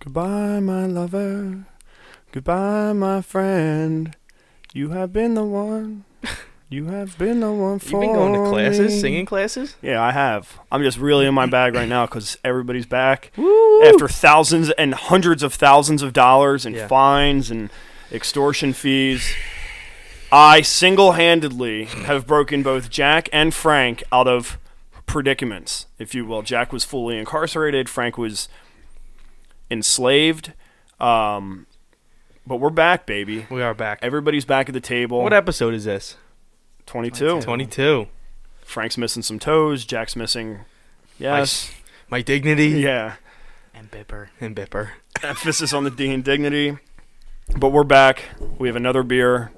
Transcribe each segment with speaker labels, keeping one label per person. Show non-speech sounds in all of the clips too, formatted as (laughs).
Speaker 1: Goodbye, my lover. Goodbye, my friend. You have been the
Speaker 2: (laughs)
Speaker 1: one. You have been the one
Speaker 2: You've
Speaker 1: for
Speaker 2: been going to
Speaker 1: me.
Speaker 2: classes, singing classes.
Speaker 1: Yeah, I have. I'm just really in my bag right now because everybody's back
Speaker 2: Woo!
Speaker 1: after thousands and hundreds of thousands of dollars in
Speaker 2: Yeah.
Speaker 1: fines and extortion fees. I single handedly have broken both Jack and Frank out of predicaments, if you will. Jack was fully incarcerated, Frank was enslaved. Um, but we're back, baby.
Speaker 2: we are back.
Speaker 1: Everybody's back at the table.
Speaker 2: What episode is this?
Speaker 1: 22.
Speaker 2: Twenty-two.
Speaker 1: Frank's missing some toes. Jack's missing. Yes.
Speaker 2: My dignity
Speaker 1: Yeah.
Speaker 3: and Bipper.
Speaker 2: and Bipper.
Speaker 1: emphasis on the D and dignity. But we're back. We have another beer.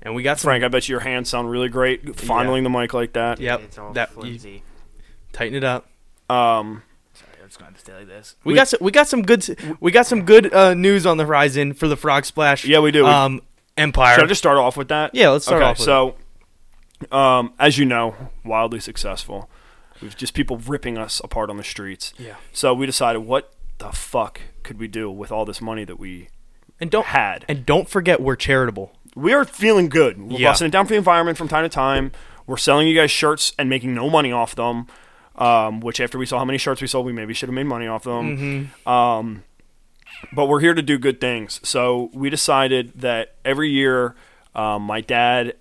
Speaker 2: And we got some.
Speaker 1: Frank, I bet your hands sound really great fondling the mic like that.
Speaker 2: Yep.
Speaker 3: It's all
Speaker 2: that- you-
Speaker 3: flimsy.
Speaker 2: Tighten it up.
Speaker 1: Um,
Speaker 3: Sorry, I'm just going to stay like this.
Speaker 2: We, got some, we got some good s- we got some good uh, news on the horizon for the Frog Splash.
Speaker 1: Yeah, we do. We-
Speaker 2: Um, Empire.
Speaker 1: should I just start off with that?
Speaker 2: Yeah, let's start
Speaker 1: okay,
Speaker 2: off with
Speaker 1: so, um, as you know, wildly successful. We've just people ripping us apart on the streets.
Speaker 2: Yeah.
Speaker 1: So we decided, what the fuck could we do with all this money that we
Speaker 2: and don't
Speaker 1: had?
Speaker 2: and don't forget we're charitable.
Speaker 1: we are feeling good. We're
Speaker 2: Yeah.
Speaker 1: busting it down for the environment from time to time. We're selling you guys shirts and making no money off them. Um, which after we saw how many shirts we sold, we maybe should have made money off them. Um, but we're here to do good things. So we decided that every year, um, my dad.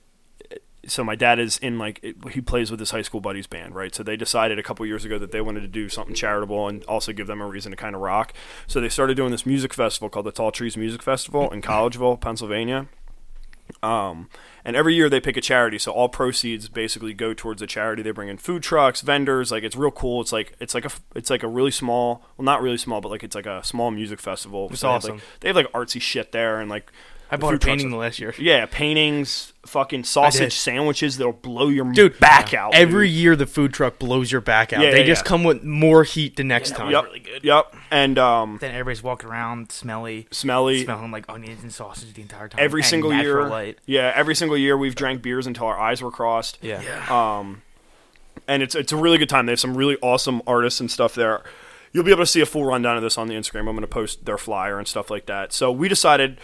Speaker 1: So my dad is in like it- he plays with his high school buddies band, right? So they decided a couple years ago that they wanted to do something charitable and also give them a reason to kind of rock. So they started doing this music festival called the Tall Trees Music Festival in Collegeville, Pennsylvania. Um, and every year they pick a charity, so all proceeds basically go towards a charity. They bring in food trucks, vendors, like it's real cool. It's like it's like a it's like a really small, well not really small, but like it's like a small music festival.
Speaker 2: It's
Speaker 1: So they have,
Speaker 2: awesome.
Speaker 1: like- they have like artsy shit there and like
Speaker 2: I
Speaker 1: the
Speaker 2: bought a
Speaker 1: food trucks
Speaker 2: painting
Speaker 1: are-
Speaker 2: last year.
Speaker 1: Yeah, paintings, fucking sausage sandwiches that'll blow your
Speaker 2: Dude,
Speaker 1: back out.
Speaker 2: Every
Speaker 1: dude.
Speaker 2: year the food truck blows your back out.
Speaker 1: Yeah,
Speaker 2: they
Speaker 1: yeah,
Speaker 2: just
Speaker 1: yeah.
Speaker 2: come with more heat the next
Speaker 3: Yeah,
Speaker 2: time.
Speaker 3: year-
Speaker 1: Yep.
Speaker 3: Really good.
Speaker 1: Yep. And um
Speaker 3: Then everybody's walking around smelly,
Speaker 1: smelly
Speaker 3: smelling like onions and sausage the entire time.
Speaker 1: every
Speaker 3: and
Speaker 1: single
Speaker 3: natural
Speaker 1: year.
Speaker 3: Light.
Speaker 1: Yeah, every single year we've drank beers until our eyes were crossed.
Speaker 2: Yeah.
Speaker 1: Um, and it's it's a really good time. They have some really awesome artists and stuff there. You'll be able to see a full rundown of this on the Instagram. I'm going to post their flyer and stuff like that. So we decided,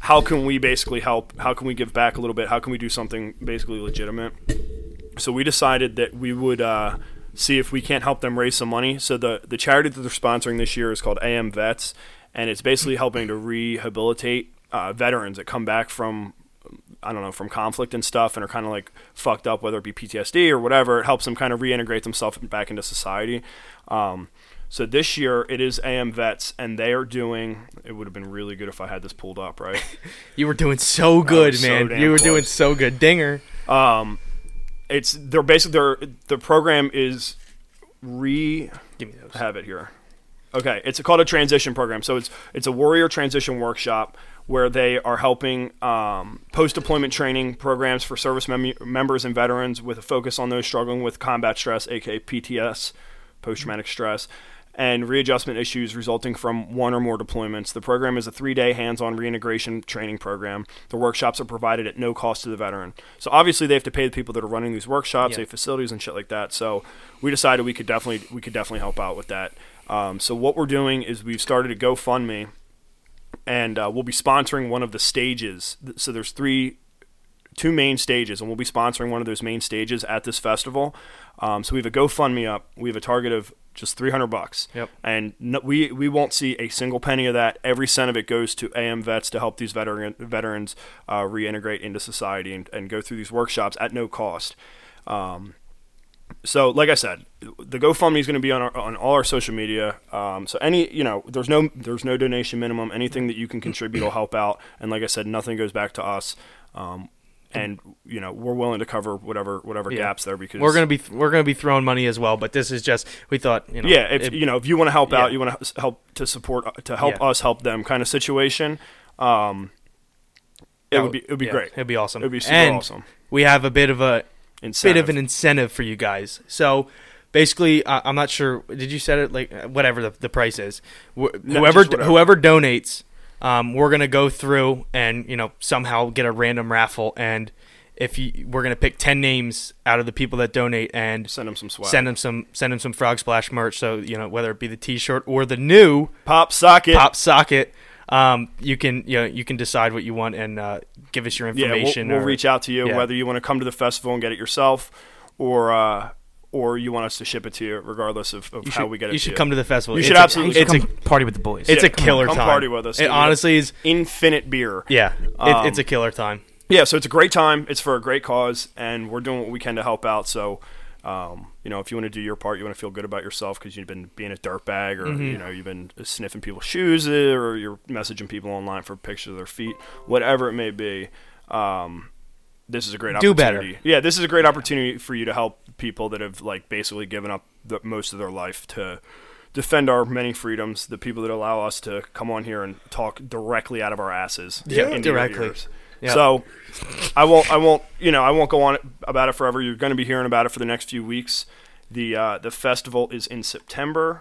Speaker 1: how can we basically help? How can we give back a little bit? How can we do something basically legitimate? So we decided that we would uh, see if we can't help them raise some money. So the the charity that they're sponsoring this year is called AM Vets, and it's basically helping to rehabilitate uh, veterans that come back from I don't know, from conflict and stuff and are kind of like fucked up, whether it be PTSD or whatever. It helps them kind of reintegrate themselves back into society. Um, so this year it is AM Vets, and they are doing. It would have been really good if I had this pulled up, right?
Speaker 2: (laughs) You were doing so good,
Speaker 1: Oh, so
Speaker 2: man.
Speaker 1: damn
Speaker 2: you were doing
Speaker 1: close.
Speaker 2: so good. Dinger.
Speaker 1: it's they're basically their the program is re
Speaker 2: Give me those.
Speaker 1: have it here. Okay, it's called a transition program. So it's it's a warrior transition workshop where they are helping um, post deployment training programs for service mem- members and veterans with a focus on those struggling with combat stress, aka PTS, post traumatic stress. And readjustment issues resulting from one or more deployments. The program is a three day hands on reintegration training program. The workshops are provided at no cost to the veteran. So, obviously, they have to pay the people that are running these workshops,
Speaker 2: Yeah.
Speaker 1: they have facilities and shit like that. So, we decided we could definitely, we could definitely help out with that. Um, so what we're doing is we've started a GoFundMe, and uh, we'll be sponsoring one of the stages. Th- So there's three, two main stages, and we'll be sponsoring one of those main stages at this festival. Um, so we have a GoFundMe up. We have a target of just 300 bucks.
Speaker 2: Yep.
Speaker 1: And no, we we won't see a single penny of that. Every cent of it goes to AM Vets to help these veteran veterans uh, reintegrate into society and, and go through these workshops at no cost. Um, so like I said, the GoFundMe is going to be on our, on all our social media. Um, so any you know, there's no there's no donation minimum. Anything that you can contribute will help out. And like I said, nothing goes back to us. Um, and you know, we're willing to cover whatever whatever
Speaker 2: Yeah.
Speaker 1: gaps there because
Speaker 2: We're gonna be we're gonna be throwing money as well, but this is just we thought you know
Speaker 1: yeah if
Speaker 2: it-
Speaker 1: you know if you want to help
Speaker 2: yeah.
Speaker 1: out you want to help to support uh, to help
Speaker 2: Yeah.
Speaker 1: us help them kind of situation um it
Speaker 2: that
Speaker 1: would be it would be
Speaker 2: yeah,
Speaker 1: great
Speaker 2: It'd be awesome.
Speaker 1: It'd be super
Speaker 2: And
Speaker 1: awesome.
Speaker 2: We have a bit of a bit
Speaker 1: Incentive.
Speaker 2: of an incentive for you guys. So basically, I I'm not sure. Did you set it like uh, whatever the, the price is? Wh-
Speaker 1: No,
Speaker 2: whoever
Speaker 1: just whatever.
Speaker 2: whoever donates, um, we're gonna go through and you know somehow get a random raffle and if you, we're gonna pick ten names out of the people that donate and
Speaker 1: Send them some swag.
Speaker 2: send them some send them some Frog Splash merch. So you know whether it be the T-shirt or the new
Speaker 1: Pop (laughs) socket.
Speaker 2: pop socket, um, you can you know you can decide what you want and uh, give us your
Speaker 1: yeah, we'll,
Speaker 2: information.
Speaker 1: we'll
Speaker 2: or-
Speaker 1: reach out to you
Speaker 2: yeah.
Speaker 1: whether you want to come to the festival and get it yourself, or uh, or you want us to ship it to you, regardless of, of
Speaker 2: You
Speaker 1: how
Speaker 2: should,
Speaker 1: we get it.
Speaker 2: you
Speaker 1: to
Speaker 2: should
Speaker 1: you.
Speaker 2: come to the festival.
Speaker 1: You
Speaker 2: It's
Speaker 1: should
Speaker 2: a-
Speaker 1: absolutely
Speaker 2: It's a
Speaker 3: come party with the boys.
Speaker 2: it's
Speaker 1: Yeah,
Speaker 2: a killer
Speaker 1: come
Speaker 2: time.
Speaker 1: party with us,
Speaker 2: It
Speaker 1: dude.
Speaker 2: honestly is.
Speaker 1: Infinite beer.
Speaker 2: Yeah, it,
Speaker 1: Um,
Speaker 2: it's a killer time.
Speaker 1: yeah, so it's a great time. It's for a great cause, and we're doing what we can to help out. So, um, you know, if you want to do your part, you want to feel good about yourself because you've been being a dirtbag,
Speaker 2: Mm-hmm.
Speaker 1: or you know, you've been sniffing people's shoes, uh, or you're messaging people online for pictures of their feet, whatever it may be. Um, this is a great
Speaker 2: Do better.
Speaker 1: opportunity. Yeah, this is a great opportunity for you to help people that have like basically given up the, most of their life to defend our many freedoms. The people that allow us to come on here and talk directly out of our asses.
Speaker 2: Yeah,
Speaker 1: into your
Speaker 2: directly.
Speaker 1: ears.
Speaker 2: Yeah.
Speaker 1: So I won't I won't you know I won't go on about it forever. You're going to be hearing about it for the next few weeks. The uh, the festival is in September.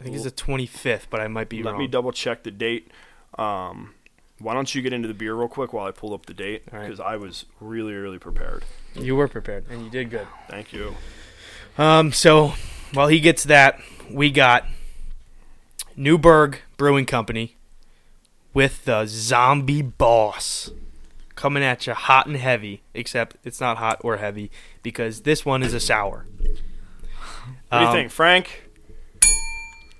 Speaker 2: I think it's the 25th, but I might be
Speaker 1: Let
Speaker 2: wrong.
Speaker 1: me double check the date. Um, why don't you get into the beer real quick while I pull up the date
Speaker 2: All right.
Speaker 1: because I was really really prepared.
Speaker 2: you were prepared and you did good.
Speaker 1: Thank you.
Speaker 2: Um, so while he gets that, we got Newberg Brewing Company with the Zombie Boss coming at you hot and heavy. Except it's not hot or heavy because this one is a sour.
Speaker 1: What do you
Speaker 2: Um,
Speaker 1: think, Frank?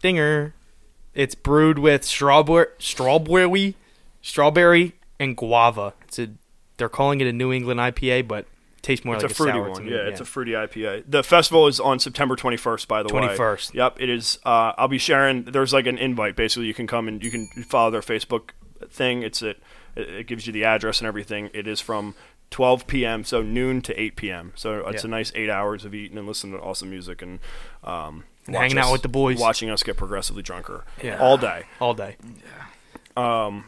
Speaker 2: Dinger. It's brewed with strawberry, strawberry, strawberry and guava. It's a. They're calling it a New England IPA, but tastes more
Speaker 1: It's
Speaker 2: like
Speaker 1: a fruity
Speaker 2: sour to
Speaker 1: one.
Speaker 2: me,
Speaker 1: Yeah, it's a fruity IPA. The festival is on September 21st, by the way.
Speaker 2: 21st.
Speaker 1: Yep, it is. Uh, I'll be sharing. There's like an invite. Basically, you can come and you can follow their Facebook thing. It's at, it. It gives you the address and everything. It is from 12 p.m. so noon to 8 p.m. So it's
Speaker 2: Yeah.
Speaker 1: a nice eight hours of eating and listening to awesome music and. Um,
Speaker 2: And
Speaker 1: watch
Speaker 2: hanging out
Speaker 1: us-
Speaker 2: with the boys.
Speaker 1: watching us get progressively drunker
Speaker 2: Yeah.
Speaker 1: all day.
Speaker 2: all day. Um.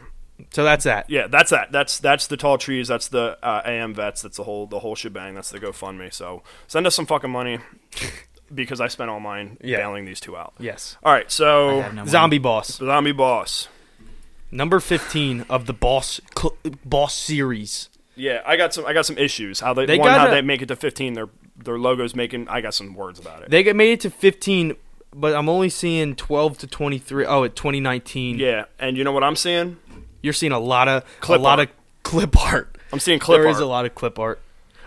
Speaker 2: So that's that.
Speaker 1: Yeah, that's that. That's that's the tall trees. That's the uh, AM vets. That's the whole the whole shebang. That's the GoFundMe. So send us some fucking money (laughs) because I spent all mine
Speaker 2: Yeah.
Speaker 1: bailing these two out.
Speaker 2: Yes.
Speaker 1: All right, so
Speaker 3: I have no money.
Speaker 2: Zombie Boss,
Speaker 1: zombie boss.
Speaker 2: number fifteen of the Boss cl- Boss series.
Speaker 1: Yeah, I got some. I got some issues. How they,
Speaker 2: They
Speaker 1: one how
Speaker 2: gotta-
Speaker 1: they make it to fifteen. Their their logo's making. I got some words about it.
Speaker 2: They get made it to fifteen, but I'm only seeing twelve to twenty three. Oh, at twenty nineteen,
Speaker 1: yeah, and you know what I'm seeing?
Speaker 2: you're seeing a lot of
Speaker 1: Clip
Speaker 2: a lot
Speaker 1: art.
Speaker 2: of clip art.
Speaker 1: I'm seeing clip
Speaker 2: There
Speaker 1: art.
Speaker 2: is a lot of clip art.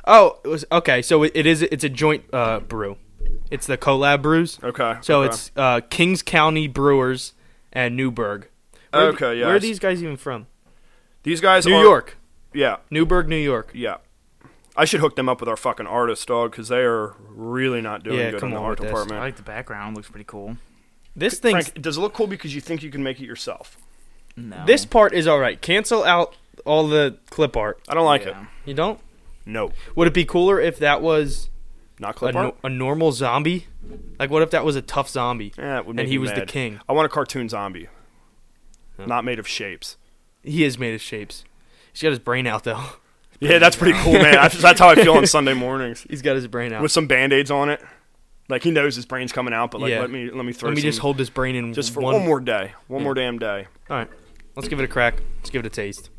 Speaker 2: Oh, it was, okay. So it, it is. It's a joint uh, brew. It's the collab brews.
Speaker 1: Okay.
Speaker 2: So
Speaker 1: okay.
Speaker 2: it's uh, Kings County Brewers and Newburgh. Where-
Speaker 1: Okay, yes.
Speaker 2: Where are these guys even from?
Speaker 1: these guys.
Speaker 2: New
Speaker 1: are-
Speaker 2: York.
Speaker 1: Yeah,
Speaker 2: Newburgh, New York.
Speaker 1: yeah. I should hook them up with our fucking artist dog because they are really not doing
Speaker 2: Yeah,
Speaker 1: good
Speaker 2: come
Speaker 1: in the
Speaker 2: on
Speaker 1: art
Speaker 2: with this.
Speaker 1: department.
Speaker 3: I like the background. Looks pretty cool.
Speaker 2: This thing.
Speaker 1: Frank, does it look cool because you think you can make it yourself?
Speaker 3: No.
Speaker 2: This part is all right. Cancel out all the clip art.
Speaker 1: I don't like it.
Speaker 3: Yeah.
Speaker 2: You don't.
Speaker 1: No,
Speaker 2: Would it be cooler if that was
Speaker 1: not
Speaker 2: a,
Speaker 1: clip
Speaker 2: no-
Speaker 1: art.
Speaker 2: a normal zombie? Like, what if that was a tough zombie?
Speaker 1: Yeah, it would make
Speaker 2: and he
Speaker 1: me
Speaker 2: was the
Speaker 1: mad.
Speaker 2: king.
Speaker 1: I want a cartoon zombie,
Speaker 2: Yeah.
Speaker 1: not made of shapes.
Speaker 2: He is made of shapes. He's got his brain out though. (laughs)
Speaker 1: Yeah, that's pretty cool, man. I, that's how I feel on Sunday mornings
Speaker 2: He's got his brain out.
Speaker 1: with some band aids on it. Like he knows his brain's coming out, but like
Speaker 2: Yeah.
Speaker 1: let me let me throw
Speaker 2: Let me
Speaker 1: some-
Speaker 2: just hold this brain in
Speaker 1: just for
Speaker 2: one,
Speaker 1: one, more day, one
Speaker 2: Yeah.
Speaker 1: more damn day.
Speaker 2: All right, let's give it a crack. Let's give it a taste.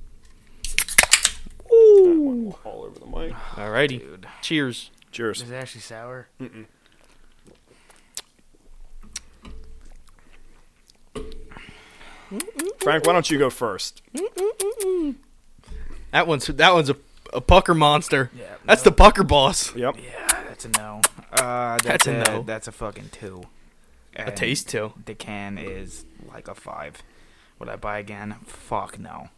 Speaker 1: All over the mic.
Speaker 2: All righty.
Speaker 3: Dude.
Speaker 2: Cheers.
Speaker 1: Cheers.
Speaker 3: Is it actually sour?
Speaker 1: Frank, why don't you go first?
Speaker 2: That one's that one's a, a pucker monster.
Speaker 3: Yeah.
Speaker 2: That's the pucker boss.
Speaker 1: Yep.
Speaker 3: Yeah, that's a no. Uh, that's,
Speaker 2: That's a
Speaker 3: a,
Speaker 2: no.
Speaker 3: That's a fucking two.
Speaker 2: A taste too.
Speaker 3: The can is like a five. Would I buy again? Fuck no.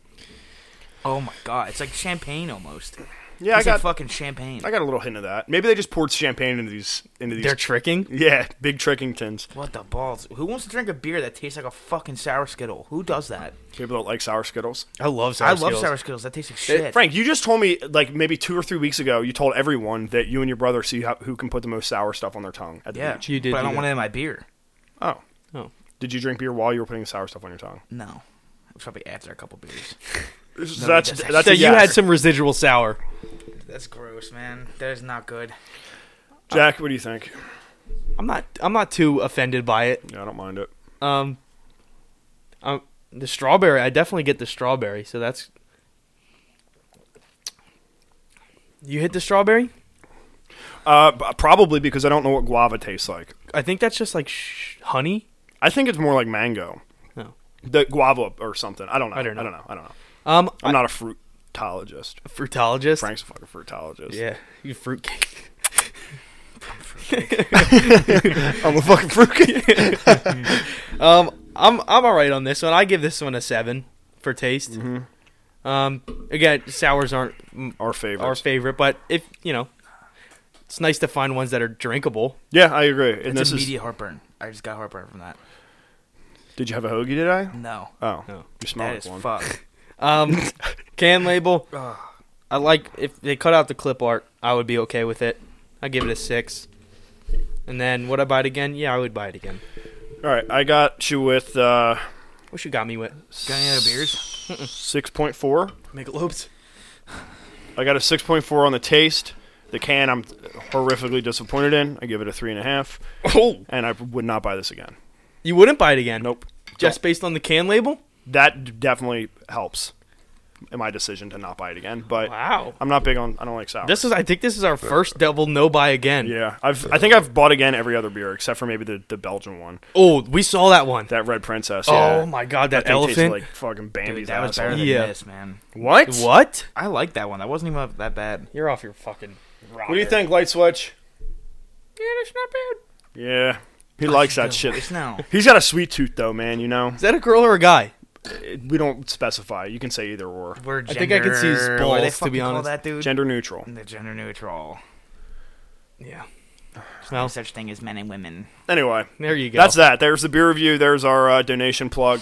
Speaker 3: Oh my god, it's like champagne almost.
Speaker 1: Yeah, I
Speaker 3: it's like
Speaker 1: got
Speaker 3: fucking champagne.
Speaker 1: I got a little hint of that. Maybe they just poured champagne into these into these.
Speaker 2: They're tricking.
Speaker 1: yeah, big trickingtons.
Speaker 3: what the balls? Who wants to drink a beer that tastes like a fucking sour skittle? Who does that?
Speaker 1: People don't like sour skittles.
Speaker 2: I love sour.
Speaker 3: I love
Speaker 2: Skittles.
Speaker 3: sour skittles. That tastes like shit.
Speaker 1: Frank, you just told me like maybe two or three weeks ago. You told everyone that you and your brother see how, who can put the most sour stuff on their tongue at the
Speaker 3: yeah,
Speaker 1: beach.
Speaker 2: You did
Speaker 3: But I
Speaker 2: do
Speaker 3: don't want
Speaker 2: that.
Speaker 3: it in my beer.
Speaker 1: Oh,
Speaker 2: Oh.
Speaker 1: did you drink beer while you were putting sour stuff on your tongue?
Speaker 3: No, it's probably after a couple beers.
Speaker 1: So that's
Speaker 3: that's-
Speaker 1: that's
Speaker 2: So
Speaker 1: a
Speaker 2: you
Speaker 1: yes.
Speaker 2: had some residual sour.
Speaker 3: That's gross, man. That is not good.
Speaker 1: Jack. What do you think?
Speaker 2: I'm not. I'm not too offended by it.
Speaker 1: Yeah, I don't mind it.
Speaker 2: Um, um, the strawberry. I definitely get the strawberry. So that's You hit the strawberry?
Speaker 1: Uh, b- probably because I don't know what guava tastes like.
Speaker 2: I think that's just like sh- honey.
Speaker 1: I think it's more like mango,
Speaker 2: No.
Speaker 1: the guava or something. I don't know.
Speaker 2: I don't know.
Speaker 1: I don't know. I don't know.
Speaker 2: Um,
Speaker 1: I'm not a fruitologist.
Speaker 2: fruitologist.
Speaker 1: Frank's a fucking fruitologist.
Speaker 2: Yeah, you fruitcake.
Speaker 1: (laughs) I'm a fucking fruitcake.
Speaker 2: (laughs) Um, I'm I'm all right on this one. I give this one a seven for taste.
Speaker 1: Mm-hmm.
Speaker 2: Um, again, sours aren't m-
Speaker 1: Our favorite.
Speaker 2: our favorite, but if you know, it's nice to find ones that are drinkable.
Speaker 1: yeah, I agree. And
Speaker 3: It's
Speaker 1: this
Speaker 3: immediate
Speaker 1: is.
Speaker 3: heartburn. I just got heartburn from that.
Speaker 1: Did you have a hoagie today?
Speaker 3: No.
Speaker 1: Oh,
Speaker 2: No.
Speaker 1: you smelled like
Speaker 3: That is
Speaker 1: one.
Speaker 2: (laughs)
Speaker 3: fuck.
Speaker 2: Um, can label.
Speaker 3: Ugh.
Speaker 2: I like if they cut out the clip art, I would be okay with it. I give it a six. And then would I buy it again? Yeah, I would buy it again.
Speaker 1: All right, I got you with uh,
Speaker 2: What you got me with?
Speaker 3: Got any other beers?
Speaker 1: six point four.
Speaker 2: Michelobes.
Speaker 1: I got a 6.4 on the taste. The can, I'm horrifically disappointed in. I give it a three and a half,
Speaker 2: Oh,
Speaker 1: and I would not buy this again.
Speaker 2: you wouldn't buy it again?
Speaker 1: Nope.
Speaker 2: Just based on the can label?
Speaker 1: That d- definitely helps in my decision to not buy it again. But
Speaker 2: Wow.
Speaker 1: I'm not big on. I don't like sour.
Speaker 2: This is. I think this is our first double no buy again.
Speaker 1: yeah, I've I think I've bought again every other beer except for maybe the, the Belgian one,
Speaker 2: Oh, we saw that one.
Speaker 1: that Red Princess. yeah.
Speaker 2: Oh my god,
Speaker 1: That
Speaker 2: that,
Speaker 1: thing tasted
Speaker 2: elephant.
Speaker 1: like fucking Bambi's
Speaker 3: Dude, that was better
Speaker 1: asshole.
Speaker 3: than
Speaker 2: Yeah.
Speaker 3: this, man.
Speaker 1: What? What?
Speaker 2: what?
Speaker 3: I like that one. That wasn't even that bad.
Speaker 2: You're off your fucking. Rocker.
Speaker 1: What do you think, Light Switch?
Speaker 2: Yeah, that's not bad.
Speaker 1: Yeah, he likes that
Speaker 3: No,
Speaker 1: shit.
Speaker 3: it's No.
Speaker 1: He's got a sweet tooth though, man. You know,
Speaker 2: Is that a girl or a guy?
Speaker 1: It- we don't specify. You can say either or.
Speaker 3: We're
Speaker 2: I
Speaker 3: gender,
Speaker 2: think I could see his
Speaker 3: what do
Speaker 2: balls,
Speaker 3: they
Speaker 2: to
Speaker 3: fucking
Speaker 2: be
Speaker 3: call
Speaker 2: honest.
Speaker 3: That dude.
Speaker 1: Gender neutral.
Speaker 3: the gender neutral.
Speaker 2: Yeah.
Speaker 3: No
Speaker 2: Well,
Speaker 3: such thing as men and women.
Speaker 1: Anyway,
Speaker 2: there you go.
Speaker 1: That's that. There's the beer review. There's our uh, donation plug.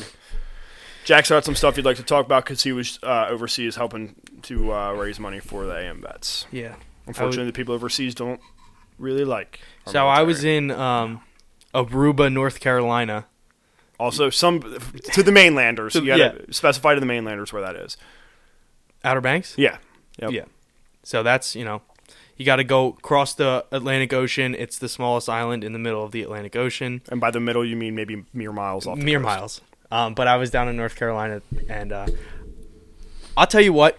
Speaker 1: Jack's got some stuff he'd like to talk about because he was uh, overseas helping to uh, raise money for the AM vets.
Speaker 2: yeah.
Speaker 1: Unfortunately, the people overseas don't really like. our
Speaker 2: So I
Speaker 1: military.
Speaker 2: was in um, Aruba, North Carolina.
Speaker 1: also some to the mainlanders.
Speaker 2: (laughs) To-
Speaker 1: you gotta specify to the mainlanders where that is.
Speaker 2: Outer Banks.
Speaker 1: Yeah, Yep.
Speaker 2: Yeah. So that's, you know, you got to go cross the Atlantic Ocean. It's the smallest island in the middle of the Atlantic Ocean.
Speaker 1: And by the middle, you mean maybe mere miles off. the
Speaker 2: Mere
Speaker 1: coast.
Speaker 2: miles. Um, but I was down in North Carolina, and uh, I'll tell you what,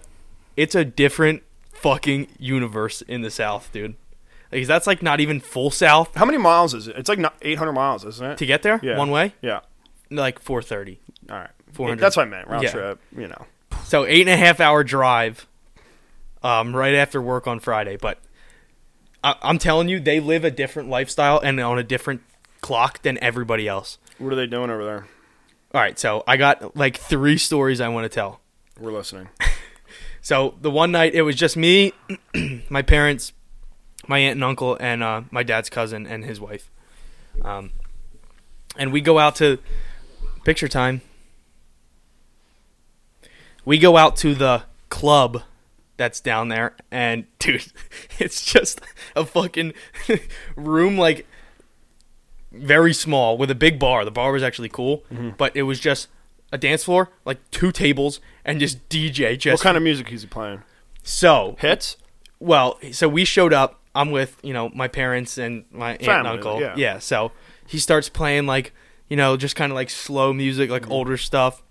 Speaker 2: it's a different fucking universe in the South, dude. Because that's like not even full South
Speaker 1: How many miles is it? It's like not 800 miles, isn't
Speaker 2: to
Speaker 1: it?
Speaker 2: get there
Speaker 1: Yeah.
Speaker 2: one way,
Speaker 1: Yeah.
Speaker 2: like four thirty.
Speaker 1: All right.
Speaker 2: 400.
Speaker 1: That's what I meant. Round
Speaker 2: Yeah.
Speaker 1: trip. You know.
Speaker 2: So eight and a half hour drive, um, right after work on Friday. But I- I'm telling you, they live a different lifestyle and on a different clock than everybody else.
Speaker 1: What are they doing over there?
Speaker 2: All right, so I got like three stories I want to tell.
Speaker 1: We're listening.
Speaker 2: So the one night it was just me, (clears throat) my parents, my aunt and uncle, and uh, my dad's cousin and his wife. Um, and we go out to picture time. We go out to the club that's down there, and (laughs) dude, it's just a fucking (laughs) room like very small with a big bar. The bar was actually cool,
Speaker 1: Mm-hmm.
Speaker 2: but it was just a dance floor, like two tables, and just DJ just
Speaker 1: What kind of music is he playing?
Speaker 2: so
Speaker 1: Hits.
Speaker 2: well, so we showed up. I'm with you know my parents and my aunt and
Speaker 1: Family,
Speaker 2: uncle.
Speaker 1: yeah.
Speaker 2: So he starts playing like you know just kind of like slow music, like
Speaker 1: Mm-hmm.
Speaker 2: older stuff.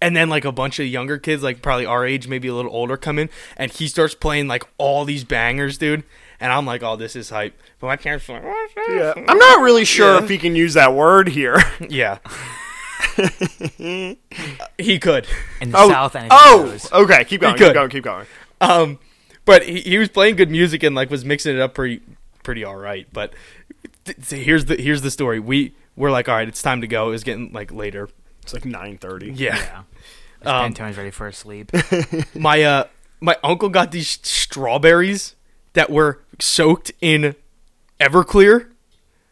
Speaker 2: And then like a bunch of younger kids, like probably our age, maybe a little older, come in, and he starts playing like all these bangers, dude. And I'm like, oh, this is hype. But my parents were like, "What's this?"
Speaker 1: Yeah. I'm not really sure if he can use that word
Speaker 2: (laughs)
Speaker 1: here. (laughs)
Speaker 2: yeah. he could.
Speaker 3: In the south, and
Speaker 1: oh, okay. Keep going.
Speaker 2: could.
Speaker 1: Keep going. Keep going.
Speaker 2: um, but he, he was playing good music and like was mixing it up pretty pretty all right. But th- so here's the here's the story. We we're like, all right, it's time to go. It was getting like later.
Speaker 1: It's like 9:30.
Speaker 2: Yeah,
Speaker 3: Yeah.
Speaker 2: Um,
Speaker 3: Antonio's ready for
Speaker 1: (laughs)
Speaker 3: a sleep.
Speaker 2: (laughs) my uh my uncle got these strawberries that were soaked in Everclear,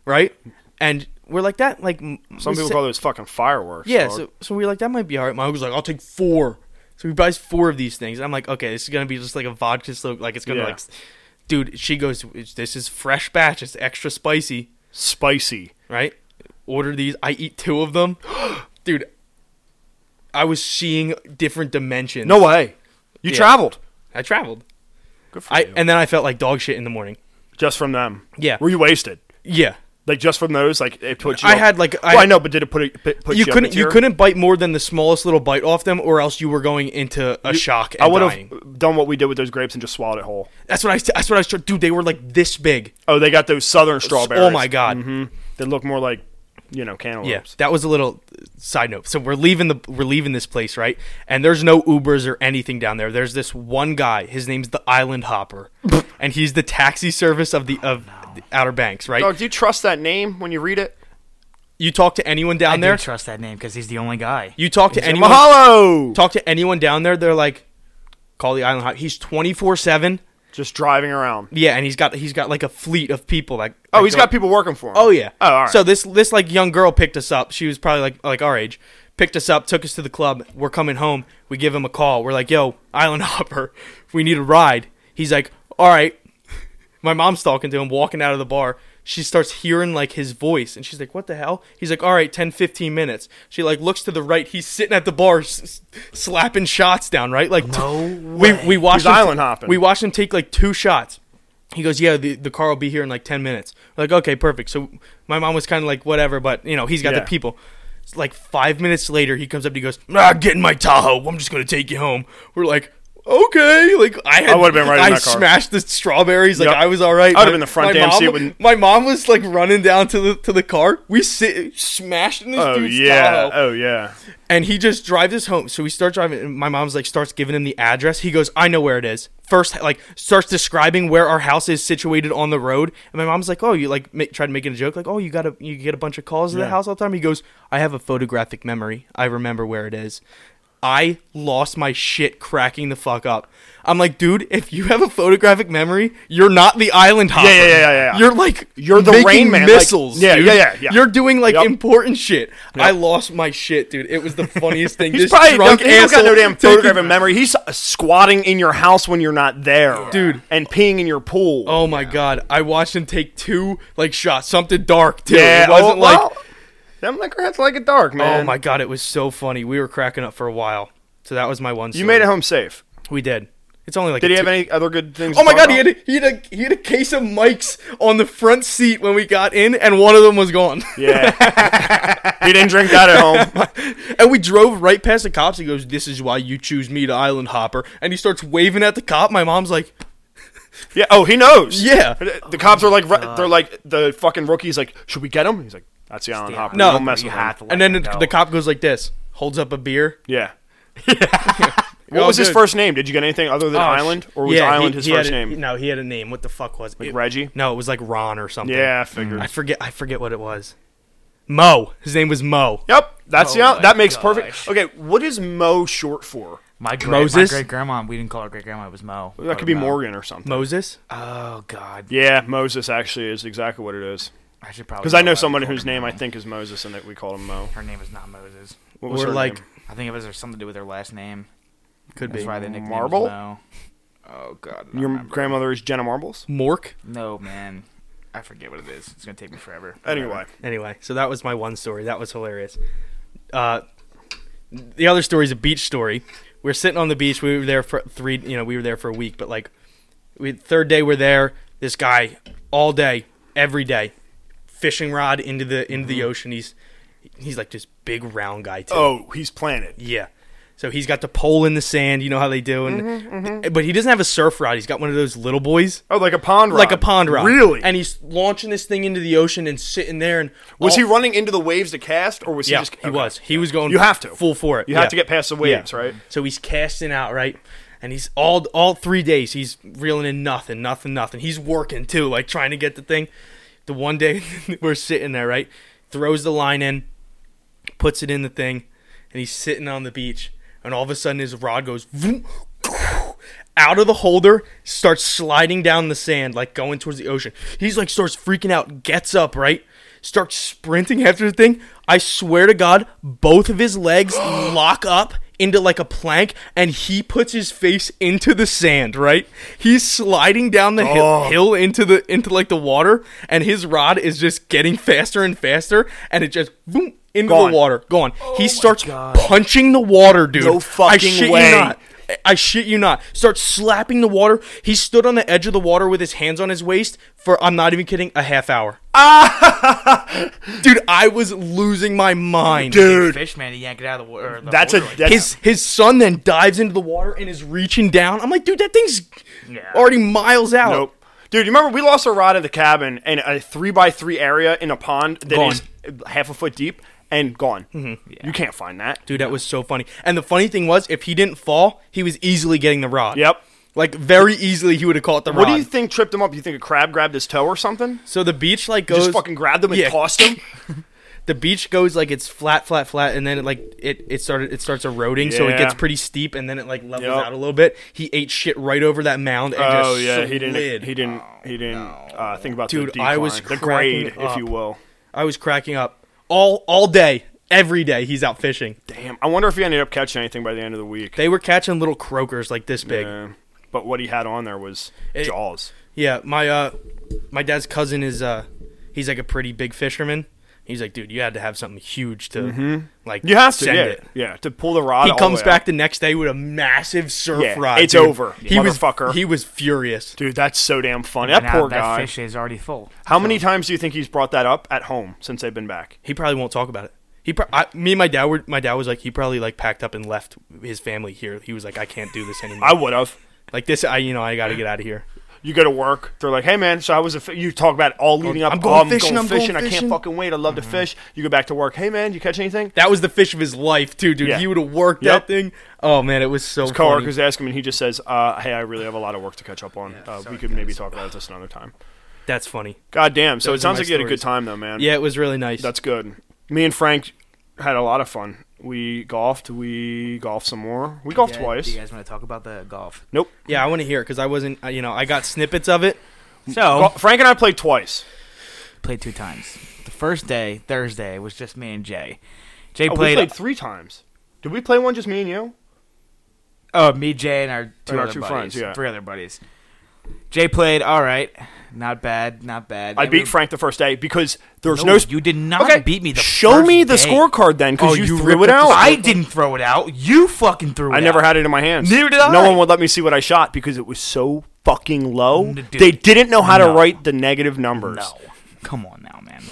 Speaker 2: right? And we're like that like m-
Speaker 1: Some
Speaker 2: was
Speaker 1: people
Speaker 2: sa-
Speaker 1: call those fucking fireworks.
Speaker 2: Yeah,
Speaker 1: dog.
Speaker 2: so, so we were like, that might be all right. My uncle's like, I'll take four. So he buys four of these things. I'm like, okay, this is gonna be just like a vodka soak. Like it's gonna
Speaker 1: Yeah.
Speaker 2: like, s- dude. She goes, this is fresh batch. It's extra spicy,
Speaker 1: spicy.
Speaker 2: right? Order these. I eat two of them, (gasps) dude. I was seeing different dimensions.
Speaker 1: way. You
Speaker 2: Yeah.
Speaker 1: traveled.
Speaker 2: I traveled.
Speaker 1: Good for
Speaker 2: I
Speaker 1: you.
Speaker 2: and then I felt like dog shit in the morning.
Speaker 1: Just from them.
Speaker 2: Yeah.
Speaker 1: Were you wasted?
Speaker 2: Yeah,
Speaker 1: Like just from those, like it put you.
Speaker 2: I
Speaker 1: up-
Speaker 2: had, like,
Speaker 1: Well, I,
Speaker 2: I-
Speaker 1: know, but did it put it put put
Speaker 2: you
Speaker 1: up a
Speaker 2: couldn't you
Speaker 1: tier?
Speaker 2: couldn't bite more than the smallest little bite off them, or else you were going into a shock. And
Speaker 1: I would
Speaker 2: dying.
Speaker 1: have done what we did with those grapes and just swallowed it whole.
Speaker 2: That's what I. That's what I was. trying- Dude, they were like this big.
Speaker 1: Oh, they got those southern strawberries.
Speaker 2: Oh my god.
Speaker 1: hmm They look more like you know
Speaker 2: Yes,
Speaker 1: cantaloupes.
Speaker 2: that was a little uh, side note. So we're leaving the we're leaving this place, right? And there's no Ubers or anything down there. There's this one guy. His name's the
Speaker 1: (laughs)
Speaker 2: Island Hopper, and he's the taxi service of the of the Outer Banks, right?
Speaker 1: Oh, Dog, do you trust that name when you read it?
Speaker 2: You talk to anyone
Speaker 3: I
Speaker 2: down there.
Speaker 3: didn't trust that name because he's the only guy.
Speaker 2: you talk to anyone.
Speaker 1: Mahalo.
Speaker 2: Talk to anyone down there. They're like, call the Island Hopper. He's twenty four seven.
Speaker 1: Just driving around.
Speaker 2: Yeah, and he's got he's got like a fleet of people. Like
Speaker 1: Oh,
Speaker 2: he's
Speaker 1: he's got people working for him.
Speaker 2: Oh yeah.
Speaker 1: Oh, all right.
Speaker 2: So this this like young girl picked us up. She was probably like like our age. Picked us up, took us to the club. We're coming home. We give him a call. We're like, "Yo, Island (laughs) Hopper, we need a ride." He's like, "All right." My mom's talking to him, walking out of the bar. She starts hearing like his voice, and she's like, "What the hell?" He's like, "All right, 10, 15 minutes." She like looks to the right. He's sitting at the bar, s- s- slapping shots down. Right, like
Speaker 3: No
Speaker 2: we
Speaker 3: way.
Speaker 2: we watched
Speaker 1: He's
Speaker 2: him-
Speaker 1: island hopping.
Speaker 2: We watched him take like two shots. He goes, yeah, the, the car will be here in like ten minutes. We're like, okay, perfect. So my mom was kind of like, whatever, but you know, he's got
Speaker 1: Yeah.
Speaker 2: the people. It's like five minutes later, he comes up and he goes, ah, get in my Tahoe. I'm just gonna take you home. We're like, okay, like I had,
Speaker 1: I would've been right in
Speaker 2: I
Speaker 1: that car.
Speaker 2: smashed the strawberries. Like
Speaker 1: Yep.
Speaker 2: I was all right.
Speaker 1: I would've
Speaker 2: My-
Speaker 1: been the front
Speaker 2: my
Speaker 1: damn
Speaker 2: mom-
Speaker 1: seat when-
Speaker 2: My mom was like running down to the to the car. We sit smashed in this
Speaker 1: Oh
Speaker 2: dude's
Speaker 1: yeah.
Speaker 2: Tahoe
Speaker 1: Oh yeah.
Speaker 2: and he just drives us home. So we start driving. And my mom's like starts giving him the address. He goes, "I know where it is." First, like starts describing where our house is situated on the road. And my mom's like, "Oh, you like ma- tried making a joke, like, oh, you got a you get a bunch of calls to the
Speaker 1: Yeah.
Speaker 2: house all the time." He goes, "I have a photographic memory. I remember where it is." I lost my shit cracking the fuck up. I'm like, dude, if you have a photographic memory, you're not the island hopper.
Speaker 1: yeah, yeah, yeah, yeah.
Speaker 2: You're like
Speaker 1: You're the
Speaker 2: making
Speaker 1: Rain Man, like-
Speaker 2: missiles.
Speaker 1: Yeah,
Speaker 2: dude.
Speaker 1: yeah, yeah, yeah.
Speaker 2: You're doing like
Speaker 1: Yup.
Speaker 2: important shit. I lost my shit, dude. It was
Speaker 1: (laughs)
Speaker 2: the funniest thing.
Speaker 1: He's
Speaker 2: this
Speaker 1: probably
Speaker 2: drunk
Speaker 1: he don't got no
Speaker 2: asshole
Speaker 1: damn
Speaker 2: taking-
Speaker 1: photograph in memory. He's uh, squatting in your house when you're not there,
Speaker 2: Dude.
Speaker 1: and peeing in your pool.
Speaker 2: (laughs) Oh my god! I watched him take two like shots, something dark too.
Speaker 1: yeah.
Speaker 2: it wasn't
Speaker 1: oh,
Speaker 2: like.
Speaker 1: well, them liquorheads like it dark, man.
Speaker 2: oh my god! It was so funny. We were cracking up for a while. So that was my one.
Speaker 1: You made it home safe.
Speaker 2: We did. It's only like.
Speaker 1: Did
Speaker 2: a
Speaker 1: he have
Speaker 2: two-
Speaker 1: any other good things?
Speaker 2: Oh
Speaker 1: to
Speaker 2: my
Speaker 1: talk
Speaker 2: god! He had,
Speaker 1: about?
Speaker 2: a, he had a he had a case of mics on the front seat when we got in, and one of them was gone.
Speaker 1: Yeah.
Speaker 2: (laughs)
Speaker 1: he didn't drink that at home.
Speaker 2: And we drove right past the cops. He goes, "This is why you choose me to island hopper." And he starts waving at the cop. My mom's like,
Speaker 1: Yeah. Oh, he knows. (laughs)
Speaker 2: "Yeah,
Speaker 1: uh, The cops are like, ru- they're like the fucking rookies. Like, should we get him? He's like, that's the island
Speaker 3: the
Speaker 1: hopper.
Speaker 2: No.
Speaker 1: don't mess
Speaker 3: You
Speaker 1: with
Speaker 3: have to
Speaker 1: him.
Speaker 3: let
Speaker 2: And then
Speaker 3: him
Speaker 2: the,
Speaker 3: go.
Speaker 2: the cop goes like this, holds up a beer.
Speaker 1: Yeah. (laughs) what
Speaker 2: all
Speaker 1: was his
Speaker 2: good.
Speaker 1: first name? Did you get anything other than Island, or was Island his first
Speaker 2: had a-
Speaker 1: name?
Speaker 2: No, he had a name. What the fuck was it? it?
Speaker 1: Reggie?
Speaker 2: No, it was like Ron or something.
Speaker 1: Yeah, I figured.
Speaker 2: I forget. I forget what it was. Mo. His name was Mo.
Speaker 1: Yep, that's
Speaker 3: Oh
Speaker 1: the out-
Speaker 3: my
Speaker 1: that makes perfect.
Speaker 3: gosh.
Speaker 1: Okay, what is Mo short for?
Speaker 3: My great,
Speaker 2: Moses?
Speaker 3: my great grandma. We didn't call her great grandma. It was Mo.
Speaker 1: That could be
Speaker 3: Mo.
Speaker 1: Morgan or something.
Speaker 2: Moses.
Speaker 3: Oh God.
Speaker 1: Yeah, Moses actually is exactly what it is.
Speaker 3: I should probably.
Speaker 1: Because I know
Speaker 3: why we
Speaker 1: somebody
Speaker 3: called
Speaker 1: whose
Speaker 3: her
Speaker 1: name I
Speaker 3: Mo.
Speaker 1: think is Moses, and that we call him Mo.
Speaker 3: her name is not Moses.
Speaker 1: What was
Speaker 2: Or
Speaker 1: her
Speaker 2: like-
Speaker 1: name?
Speaker 3: I think it was there's something to do with her last name.
Speaker 2: Could
Speaker 3: That's
Speaker 2: be.
Speaker 3: why the nickname
Speaker 1: Marble?
Speaker 3: Is Mo. Oh God. I don't
Speaker 1: your
Speaker 3: remember.
Speaker 1: grandmother is Jenna Marbles.
Speaker 2: Mork.
Speaker 3: No man. I forget what it is. It's gonna take me forever.
Speaker 1: Anyway,
Speaker 2: Anyway, so that was my one story. That was hilarious. Uh, the other story is a beach story. We're sitting on the beach. We were there for three. You know, we were there for a week. But like, we third day we're there. This guy all day, every day, fishing rod into the into the ocean. He's he's like this big round guy too.
Speaker 1: Mm-hmm. oh, he's planted.
Speaker 2: Yeah. So he's got the pole in the sand. You know how they do. And but he doesn't have a surf rod. He's got one of those little boys.
Speaker 1: Oh, like Mm-hmm, a pond rod.
Speaker 2: Like a pond rod,
Speaker 1: Really?
Speaker 2: and he's launching this thing into the ocean and sitting there. And
Speaker 1: was
Speaker 2: all-
Speaker 1: he running into the waves to cast, or was
Speaker 2: yeah,
Speaker 1: he just?
Speaker 2: he
Speaker 1: okay.
Speaker 2: was. He was going.
Speaker 1: You have to.
Speaker 2: full for it.
Speaker 1: You have
Speaker 2: Yeah.
Speaker 1: to get past the waves,
Speaker 2: Yeah.
Speaker 1: right?
Speaker 2: So he's casting out right, and he's all all three days he's reeling in nothing, nothing, nothing. He's working too, like trying to get the thing. The one day (laughs) we're sitting there, right? Throws the line in, puts it in the thing, and he's sitting on the beach. And all of a sudden, his rod goes vroom, out of the holder, starts sliding down the sand, like going towards the ocean. He's like, starts freaking out, gets up, right? Starts sprinting after the thing. I swear to God, both of his legs
Speaker 1: (gasps)
Speaker 2: lock up into like a plank, and he puts his face into the sand, right? He's sliding down the hill
Speaker 1: Oh.
Speaker 2: hill into the into like the water, and his rod is just getting faster and faster, and it just boom into
Speaker 1: Gone.
Speaker 2: the water, gone. he starts punching the water, dude.
Speaker 1: Oh No
Speaker 2: I
Speaker 1: fucking
Speaker 2: shit you
Speaker 1: way.
Speaker 2: not. I shit you not, starts slapping the water. He stood on the edge of the water with his hands on his waist for, I'm not even kidding, a half hour.
Speaker 1: (laughs)
Speaker 2: Dude, I was losing my mind.
Speaker 3: Big
Speaker 1: Ah! dude.
Speaker 3: fish man to yank it out of the water.
Speaker 1: That's a that's,
Speaker 2: His his son then dives into the water and is reaching down. I'm like, dude, that thing's
Speaker 3: Yeah.
Speaker 2: already miles out.
Speaker 1: Nope. Dude, you remember we lost a rod at the cabin in a three by three area in a pond that
Speaker 2: Gone.
Speaker 1: is
Speaker 2: Mm-hmm.
Speaker 1: half a foot deep and gone. You can't find that.
Speaker 2: Dude, that was so funny. And the funny thing was, if he didn't fall, he was easily getting the rod.
Speaker 1: Yep.
Speaker 2: Like very easily, he would have caught the
Speaker 1: What
Speaker 2: rod.
Speaker 1: do you think tripped him up? You think a crab grabbed his toe or something?
Speaker 2: so the beach like goes.
Speaker 1: Just fucking grabbed him and
Speaker 2: Yeah.
Speaker 1: tossed
Speaker 2: (laughs)
Speaker 1: him.
Speaker 2: the beach goes like it's flat, flat, flat, and then it like it it started it starts eroding, so it
Speaker 1: Yeah.
Speaker 2: gets pretty steep, and then it like levels
Speaker 1: Yep.
Speaker 2: out a little bit. He ate shit right over that mound. And
Speaker 1: Oh
Speaker 2: just
Speaker 1: yeah, he
Speaker 2: slid.
Speaker 1: didn't. Oh, He didn't. He didn't uh, think about the
Speaker 2: Dude,
Speaker 1: decline,
Speaker 2: I was
Speaker 1: the
Speaker 2: cracking
Speaker 1: grade, if
Speaker 2: up.
Speaker 1: you will.
Speaker 2: I was cracking up all all day, every day. He's out fishing.
Speaker 1: Damn, I wonder if he ended up catching anything by the end of the week.
Speaker 2: They were catching little croakers like this big.
Speaker 1: Yeah. but what he had on there was jaws.
Speaker 2: Yeah, my uh my dad's cousin is uh he's like a pretty big fisherman. He's like, dude, you had to have something huge to like
Speaker 1: Mm-hmm. You have to,
Speaker 2: send
Speaker 1: yeah,
Speaker 2: it.
Speaker 1: yeah, to pull the rod.
Speaker 2: He
Speaker 1: all the
Speaker 2: comes
Speaker 1: way
Speaker 2: back
Speaker 1: out.
Speaker 2: the next day with a massive surf
Speaker 1: Yeah,
Speaker 2: rod.
Speaker 1: it's
Speaker 2: dude.
Speaker 1: over,
Speaker 2: He was
Speaker 1: motherfucker.
Speaker 2: He was furious.
Speaker 1: dude. That's so damn funny.
Speaker 3: And
Speaker 1: That
Speaker 3: now
Speaker 1: poor
Speaker 3: that
Speaker 1: guy.
Speaker 3: fish is already full.
Speaker 1: How many times do you think he's brought that up at home since they've been back?
Speaker 2: He probably won't talk about it. He pro- I, me and my dad were my dad was like he probably like packed up and left his family here. He was like I can't do this anymore.
Speaker 1: (laughs) I would have.
Speaker 2: (laughs) like this I you know I got to get out of here.
Speaker 1: You go to work. They're like, "Hey, man." So I was. A fi-. You talk about it all leading up.
Speaker 2: I'm going
Speaker 1: oh,
Speaker 2: fishing, I'm going
Speaker 1: fishing. I
Speaker 2: fishing." Mm-hmm.
Speaker 1: can't fucking wait. I love to fish. You go back to work. Hey, man. You catch anything?
Speaker 2: That was the fish of his life too, dude.
Speaker 1: Yeah.
Speaker 2: He would have worked that
Speaker 1: Yep.
Speaker 2: thing. Oh man, it was so funny.
Speaker 1: coworkers ask him, and he just says, uh, "Hey, I really have a lot of work to catch up on. uh, we could maybe talk about this another time."
Speaker 2: That's funny.
Speaker 1: God damn! So it
Speaker 2: Those are
Speaker 1: sounds
Speaker 2: my
Speaker 1: like you had a good
Speaker 2: stories.
Speaker 1: time, though, man.
Speaker 2: Yeah, it was really nice.
Speaker 1: that's good. Me and Frank had a lot of fun. We golfed. We golfed some more. We golfed
Speaker 3: Yeah, Do
Speaker 1: twice.
Speaker 3: you guys want to talk about the (laughs) golf?
Speaker 1: Nope.
Speaker 2: Yeah, I want to hear it because I wasn't. uh, You know, I got snippets of it.
Speaker 3: So
Speaker 1: Go- Frank and I played twice.
Speaker 3: played two times. The first day, Thursday, was just me and Jay. Jay
Speaker 1: Oh, we
Speaker 3: played.
Speaker 1: played three times. Did we play one just me and you?
Speaker 3: Oh, me, Jay, and our two
Speaker 1: And our
Speaker 3: other
Speaker 1: two
Speaker 3: buddies,
Speaker 1: friends, yeah.
Speaker 3: three other buddies. Jay played. All right, not bad, not bad.
Speaker 1: I
Speaker 3: And we-
Speaker 1: beat Frank the first day because there was
Speaker 3: No,
Speaker 1: no. sp-
Speaker 3: you did not
Speaker 1: Okay,
Speaker 3: beat me. The
Speaker 1: show
Speaker 3: first
Speaker 1: me the
Speaker 3: day.
Speaker 1: scorecard then, because
Speaker 2: Oh,
Speaker 1: you,
Speaker 2: you
Speaker 1: threw
Speaker 2: ripped
Speaker 1: it
Speaker 2: up
Speaker 1: out.
Speaker 2: the
Speaker 3: I didn't throw it out. You fucking threw it.
Speaker 1: I never
Speaker 3: out.
Speaker 1: had it in my hands.
Speaker 3: Neither did
Speaker 1: No
Speaker 3: I.
Speaker 1: one would let me see what I shot because it was so fucking low.
Speaker 3: N- dude,
Speaker 1: they didn't know how
Speaker 3: no.
Speaker 1: to write the negative numbers.
Speaker 3: No, come on now, man.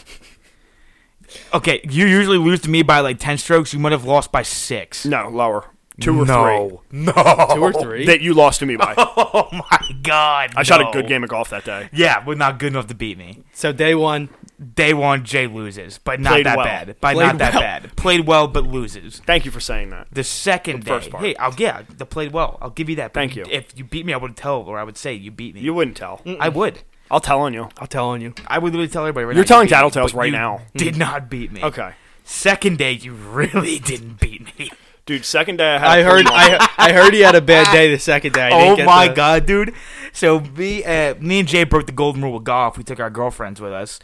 Speaker 3: Okay, you usually lose to me by like ten strokes. You might have lost by six.
Speaker 1: No, lower. Two or
Speaker 3: no, (laughs) Oh, no,
Speaker 2: Two or three.
Speaker 1: three. That you lost to me
Speaker 3: (laughs)
Speaker 1: by.
Speaker 3: Oh my god!
Speaker 1: I shot a good game of golf that day.
Speaker 3: Yeah, but not good enough to beat me.
Speaker 2: so day one,
Speaker 3: Day one, Jay loses, but not
Speaker 1: Played
Speaker 3: that
Speaker 1: well.
Speaker 3: bad. But
Speaker 2: Played
Speaker 3: not that
Speaker 2: well.
Speaker 3: bad. Played well, but loses.
Speaker 1: Thank you for saying that.
Speaker 3: The second
Speaker 1: The first
Speaker 3: day,
Speaker 1: part.
Speaker 3: hey, I'll yeah, the played well. I'll give you that. but
Speaker 1: Thank you.
Speaker 3: If you beat me, I would tell, or I would say you beat me.
Speaker 1: You wouldn't tell.
Speaker 3: I would.
Speaker 1: I'll tell on you.
Speaker 2: I'll tell on you.
Speaker 3: I would literally tell everybody. Right
Speaker 1: You're
Speaker 3: now,
Speaker 1: telling
Speaker 3: you beat me,
Speaker 1: tattletales
Speaker 3: but
Speaker 1: right
Speaker 3: you
Speaker 1: now. Mm.
Speaker 3: Did not beat me.
Speaker 1: Okay.
Speaker 3: Second day, you really (laughs) didn't beat me.
Speaker 1: Dude, second day I had.
Speaker 2: I
Speaker 1: a
Speaker 2: heard.
Speaker 1: pretty-
Speaker 2: I, I heard he had a bad day the second day. I didn't
Speaker 3: oh
Speaker 2: get
Speaker 3: my
Speaker 2: the-
Speaker 3: god, dude! So me, uh, me and Jay broke the golden rule with golf. We took our girlfriends with us.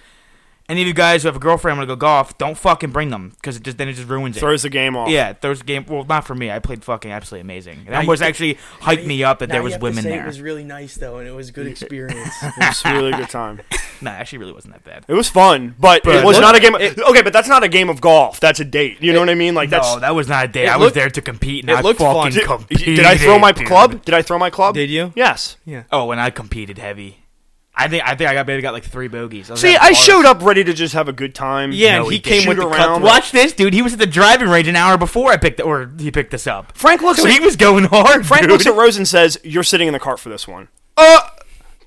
Speaker 3: Any of you guys who have a girlfriend want to go golf, don't fucking bring them because it just then it just ruins it.
Speaker 1: throws the game off.
Speaker 3: Yeah, Thursday game. Well, not for me. I played fucking absolutely amazing. That
Speaker 2: you
Speaker 3: was
Speaker 2: think-
Speaker 3: actually hyped me up that
Speaker 2: Now
Speaker 3: there
Speaker 2: you
Speaker 3: was
Speaker 2: have to
Speaker 3: women
Speaker 2: say
Speaker 3: there.
Speaker 2: It was really nice though, and it was a (laughs) good experience.
Speaker 1: It was a really good time.
Speaker 3: Nah, actually, really wasn't that bad.
Speaker 1: It was fun, but
Speaker 3: But
Speaker 1: it was
Speaker 3: look-
Speaker 1: not a game. Of, okay, but that's not a game of golf. That's a date. You know what I mean? Like that's.
Speaker 3: no, that was not a day.
Speaker 2: it
Speaker 3: I was
Speaker 2: looked-
Speaker 3: there to compete, and
Speaker 2: it
Speaker 3: I
Speaker 2: looked fun.
Speaker 3: fucking
Speaker 1: did,
Speaker 3: competed.
Speaker 1: did I throw my
Speaker 3: dude.
Speaker 1: club? Did I throw my club?
Speaker 2: Did you?
Speaker 1: Yes.
Speaker 2: yeah.
Speaker 3: Oh, and I competed heavy. I think I think I got maybe got like three bogeys. was
Speaker 1: See,
Speaker 3: at
Speaker 1: I
Speaker 3: par.
Speaker 1: showed up ready to just have a good time.
Speaker 2: Yeah,
Speaker 3: No,
Speaker 2: and
Speaker 3: he
Speaker 2: he came
Speaker 1: shoot
Speaker 2: with the
Speaker 1: around. (laughs)
Speaker 2: cut.
Speaker 3: Watch this, dude. He was at the driving range an hour before I picked or he picked us up.
Speaker 1: Frank looks
Speaker 3: So
Speaker 1: at-
Speaker 3: he was going hard.
Speaker 1: Frank
Speaker 3: dude.
Speaker 1: looks at Rose and says, "You're sitting in the cart for this one." Uh,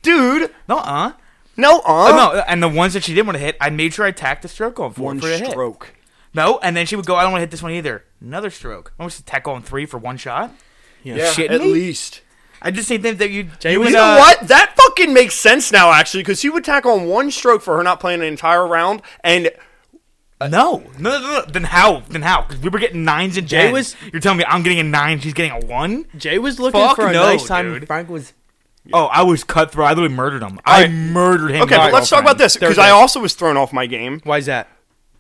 Speaker 1: dude,
Speaker 3: no, uh,
Speaker 1: no, uh,
Speaker 3: oh, no. And the ones that she didn't want to hit, I made sure I tacked the stroke on for
Speaker 1: one
Speaker 3: for a hit.
Speaker 1: stroke.
Speaker 3: No, and then she would go, I don't want to hit this one either. Another stroke. I was to tackle on three for one shot.
Speaker 2: Yeah,
Speaker 3: Shitting
Speaker 1: at
Speaker 3: me?
Speaker 1: least.
Speaker 3: I just think that that you.
Speaker 2: Jay
Speaker 3: you
Speaker 2: was-
Speaker 1: You
Speaker 3: and,
Speaker 1: know
Speaker 3: uh,
Speaker 1: what? That fucking makes sense now, actually, because he would tack on one stroke for her not playing an entire round, and
Speaker 3: (laughs) No. No, no, no, no. Then how? Then how? 'Cause we were getting nines and
Speaker 2: Jay
Speaker 3: tens.
Speaker 2: was-
Speaker 3: You're telling me I'm getting a nine, she's getting a one?
Speaker 2: Jay was looking
Speaker 3: Fuck
Speaker 2: for a
Speaker 3: no,
Speaker 2: nice time. and
Speaker 3: dude.
Speaker 2: Frank was.
Speaker 3: Oh, I was cutthroat. I literally murdered him. I
Speaker 1: Alright.
Speaker 3: murdered him.
Speaker 1: Okay,
Speaker 3: and my
Speaker 1: but let's talk about
Speaker 3: girlfriend.
Speaker 1: this because
Speaker 2: Thursday.
Speaker 1: I also was thrown off my game
Speaker 2: Why is that?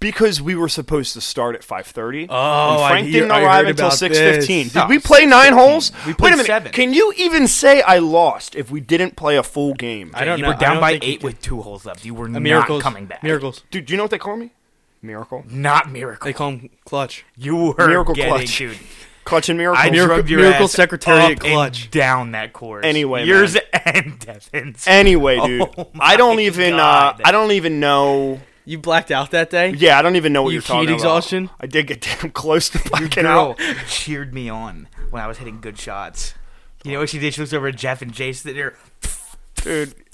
Speaker 1: because we were supposed to start at five thirty.
Speaker 2: Oh, I
Speaker 1: Frank
Speaker 2: hear-
Speaker 1: didn't
Speaker 2: I heard
Speaker 1: arrive until
Speaker 2: about
Speaker 1: six fifteen.
Speaker 2: this.
Speaker 1: Did
Speaker 3: No,
Speaker 1: we play nine holes? We Wait a
Speaker 3: played
Speaker 1: minute.
Speaker 3: seven.
Speaker 1: Can you even say I lost if we didn't play a full game?
Speaker 2: I don't
Speaker 3: you
Speaker 2: know.
Speaker 3: were
Speaker 2: I
Speaker 3: down
Speaker 2: don't
Speaker 3: by
Speaker 2: think he
Speaker 3: eight with two holes left. You were not
Speaker 2: Miracles
Speaker 3: coming back.
Speaker 2: Miracles.
Speaker 1: Dude, do you know what they call me? Miracle.
Speaker 3: Not miracle.
Speaker 2: They call him Clutch.
Speaker 3: you were
Speaker 1: Miracle
Speaker 3: getting,
Speaker 1: clutch.
Speaker 3: dude.
Speaker 1: Clutch and miracle.
Speaker 3: I
Speaker 2: Miracle-
Speaker 3: drugged your
Speaker 2: Miracle
Speaker 3: ass
Speaker 2: Secretariat
Speaker 3: up and
Speaker 2: Clutch.
Speaker 3: down that course.
Speaker 1: Anyway,
Speaker 3: yours (laughs) and Devin's.
Speaker 1: anyway,
Speaker 2: (laughs)
Speaker 1: dude,
Speaker 3: Oh
Speaker 1: I don't
Speaker 3: my
Speaker 1: even. Uh,
Speaker 3: God.
Speaker 1: I don't even know.
Speaker 2: You blacked out that day.
Speaker 1: Yeah, I don't even know what
Speaker 2: You
Speaker 1: are talking about.
Speaker 2: heat exhaustion?
Speaker 1: I did get (laughs) damn close to blacking
Speaker 3: girl
Speaker 1: out.
Speaker 3: (laughs) cheered me on when I was hitting good shots. You know what she did? She looks over at Jeff and Jason and they're
Speaker 1: dude.
Speaker 2: (laughs)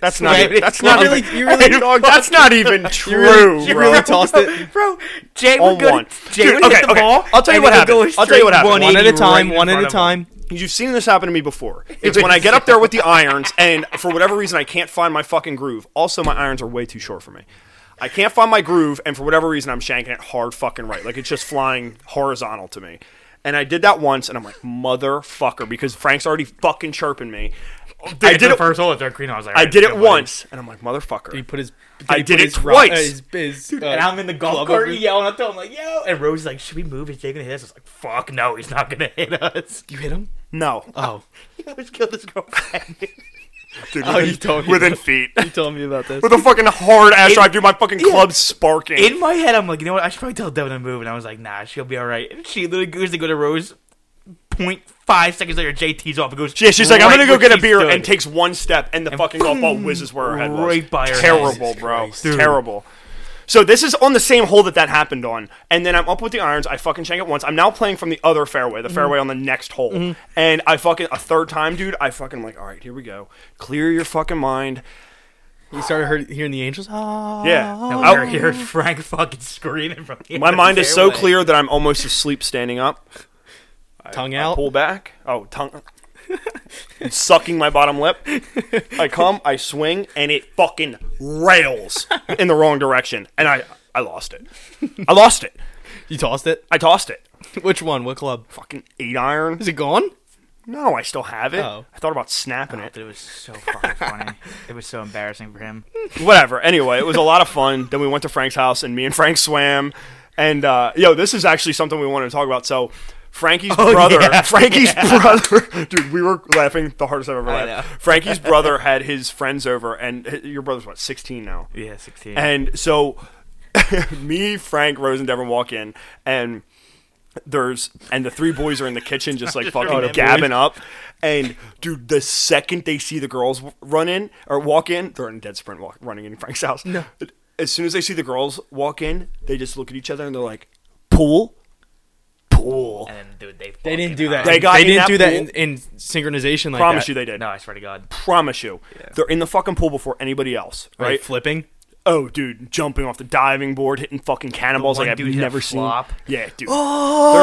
Speaker 1: That's not.
Speaker 3: Wait,
Speaker 1: That's
Speaker 2: you
Speaker 1: not.
Speaker 2: really-
Speaker 1: even,
Speaker 2: you really-
Speaker 1: dog, (laughs) that's not
Speaker 2: (laughs)
Speaker 1: even true.
Speaker 2: You really, you
Speaker 1: bro.
Speaker 2: really tossed it.
Speaker 3: (laughs) Bro, Jay
Speaker 1: On
Speaker 3: would go.
Speaker 1: one.
Speaker 3: To, Jay
Speaker 1: Dude,
Speaker 3: would
Speaker 1: okay,
Speaker 3: hit the
Speaker 1: okay.
Speaker 3: ball.
Speaker 1: I'll tell you
Speaker 3: and
Speaker 1: what
Speaker 3: it would go
Speaker 1: happened. I'll
Speaker 3: straight
Speaker 1: tell you what happened. One
Speaker 2: One at
Speaker 3: 180
Speaker 2: a time.
Speaker 3: right in
Speaker 2: One at
Speaker 3: front
Speaker 2: a
Speaker 3: of him.
Speaker 2: time.
Speaker 1: You've seen this happen to me
Speaker 3: (laughs)
Speaker 1: before. It's when I get up there with the irons, and for whatever reason, I can't find my fucking groove. Also, my irons are way too short for me. I can't find my groove, and for whatever reason, I'm shanking it hard fucking right. Like it's just flying horizontal to me. And I did that once, and I'm like, motherfucker, because Frank's already fucking chirping me. I
Speaker 3: After
Speaker 1: did
Speaker 3: the
Speaker 1: it.
Speaker 3: first hole at third green. I was like,
Speaker 1: I
Speaker 3: alright,
Speaker 1: did
Speaker 3: good
Speaker 1: it
Speaker 3: one.
Speaker 1: once, and I'm like, motherfucker.
Speaker 2: He put his.
Speaker 1: I
Speaker 2: he
Speaker 1: did
Speaker 2: put
Speaker 1: it
Speaker 2: his ro- uh,
Speaker 1: twice.
Speaker 2: his- his, uh,
Speaker 3: And I'm in the golf
Speaker 2: glove
Speaker 3: cart
Speaker 2: over his-
Speaker 3: yelling up to him, I'm like, yo. And Rose is like, should we move? Is Jay going to hit us? I was like, fuck, no, he's not going to hit us.
Speaker 2: You hit him?
Speaker 1: no,
Speaker 2: Oh.
Speaker 3: (laughs) He almost killed his girlfriend.
Speaker 1: Dude,
Speaker 2: Oh, you told me.
Speaker 1: within
Speaker 3: (laughs)
Speaker 1: feet.
Speaker 2: You told me about this.
Speaker 1: With a fucking hard ass
Speaker 3: In-
Speaker 1: drive, dude, my fucking
Speaker 3: Yeah.
Speaker 1: club's sparking.
Speaker 3: in my head, I'm like, you know what? I should probably tell Devin to move. And I was like, nah, she'll be all right. And she literally goes to go to Rose. 0.5 seconds later, JT's off and goes.
Speaker 1: Yeah, she's like, I'm
Speaker 3: right
Speaker 1: gonna go
Speaker 3: where
Speaker 1: get a
Speaker 3: she
Speaker 1: beer,
Speaker 3: stood.
Speaker 1: and takes one step, and the fucking golf ball whizzes where her head was.
Speaker 3: right by her
Speaker 1: Terrible,
Speaker 3: head.
Speaker 1: bro.
Speaker 2: Christ.
Speaker 3: Dude.
Speaker 1: Terrible. So this is on the same hole that that happened on, and then I'm up with the irons. I fucking shank it once. I'm now playing from the other fairway,
Speaker 3: Mm-hmm.
Speaker 1: the fairway on the next hole, and I fucking a third time, dude. I fucking like, all right, here we go. Clear your fucking mind.
Speaker 2: You started heard, hearing the angels. (gasps) Ah.
Speaker 1: Yeah,
Speaker 3: And
Speaker 1: I-
Speaker 3: we were hearing Oh, Frank fucking screaming from the
Speaker 1: Oh. my
Speaker 3: end of
Speaker 1: mind
Speaker 3: the
Speaker 1: is so
Speaker 3: fairway.
Speaker 1: clear that I'm almost asleep standing up.
Speaker 2: Tongue
Speaker 1: I
Speaker 2: out.
Speaker 1: pull back. Oh, tongue. sucking my bottom lip. I come, I swing, and it fucking rails in the wrong direction. And I, I lost it. I lost it.
Speaker 2: You tossed it.
Speaker 1: I tossed it.
Speaker 2: Which one? What club?
Speaker 1: Fucking eight iron.
Speaker 2: Is it gone?
Speaker 1: No, I still have it.
Speaker 2: Oh.
Speaker 1: I thought about snapping it.
Speaker 3: Dude, It was so fucking funny. It was so embarrassing for
Speaker 1: (laughs)
Speaker 3: him.
Speaker 1: Whatever. Anyway, it was a lot of fun. Then we went to Frank's house, and me and Frank swam. And uh, yo, this is actually something we wanted to talk about. So. Frankie's brother,
Speaker 3: Oh,
Speaker 1: (laughs)
Speaker 3: yeah.
Speaker 1: Frankie's brother, (laughs) dude, we were laughing the hardest I've ever
Speaker 3: I
Speaker 1: laughed. Frankie's
Speaker 3: (laughs)
Speaker 1: brother had his friends over, and h- your brother's what, 16 now?
Speaker 3: Yeah, 16.
Speaker 1: And so (laughs) me, Frank, Rose, and Devin walk in and there's and the three boys are in the kitchen
Speaker 3: (laughs)
Speaker 1: just like fucking
Speaker 3: remember.
Speaker 1: gabbing up. And dude, the second they see the girls w- run in or walk in, they're in dead sprint walk, running in Frank's house. No. As soon as they see the girls walk in, they just look at each other and they're like, "Pool, pool."
Speaker 3: and then, dude, they
Speaker 2: They didn't
Speaker 3: fucking-
Speaker 2: do that.
Speaker 1: They got in
Speaker 2: didn't
Speaker 1: that
Speaker 2: do that in,
Speaker 1: pool.
Speaker 2: in synchronization like
Speaker 1: Promise
Speaker 2: that.
Speaker 1: you, they did.
Speaker 3: No, I swear to God.
Speaker 1: Promise you, they're in the fucking pool before anybody else,
Speaker 2: Right,
Speaker 1: right?
Speaker 2: flipping.
Speaker 1: Oh, dude, jumping off the diving board, hitting fucking cannonballs
Speaker 3: one
Speaker 1: like I've
Speaker 3: dude hit a
Speaker 1: never seen.
Speaker 3: flop.
Speaker 1: Yeah, dude,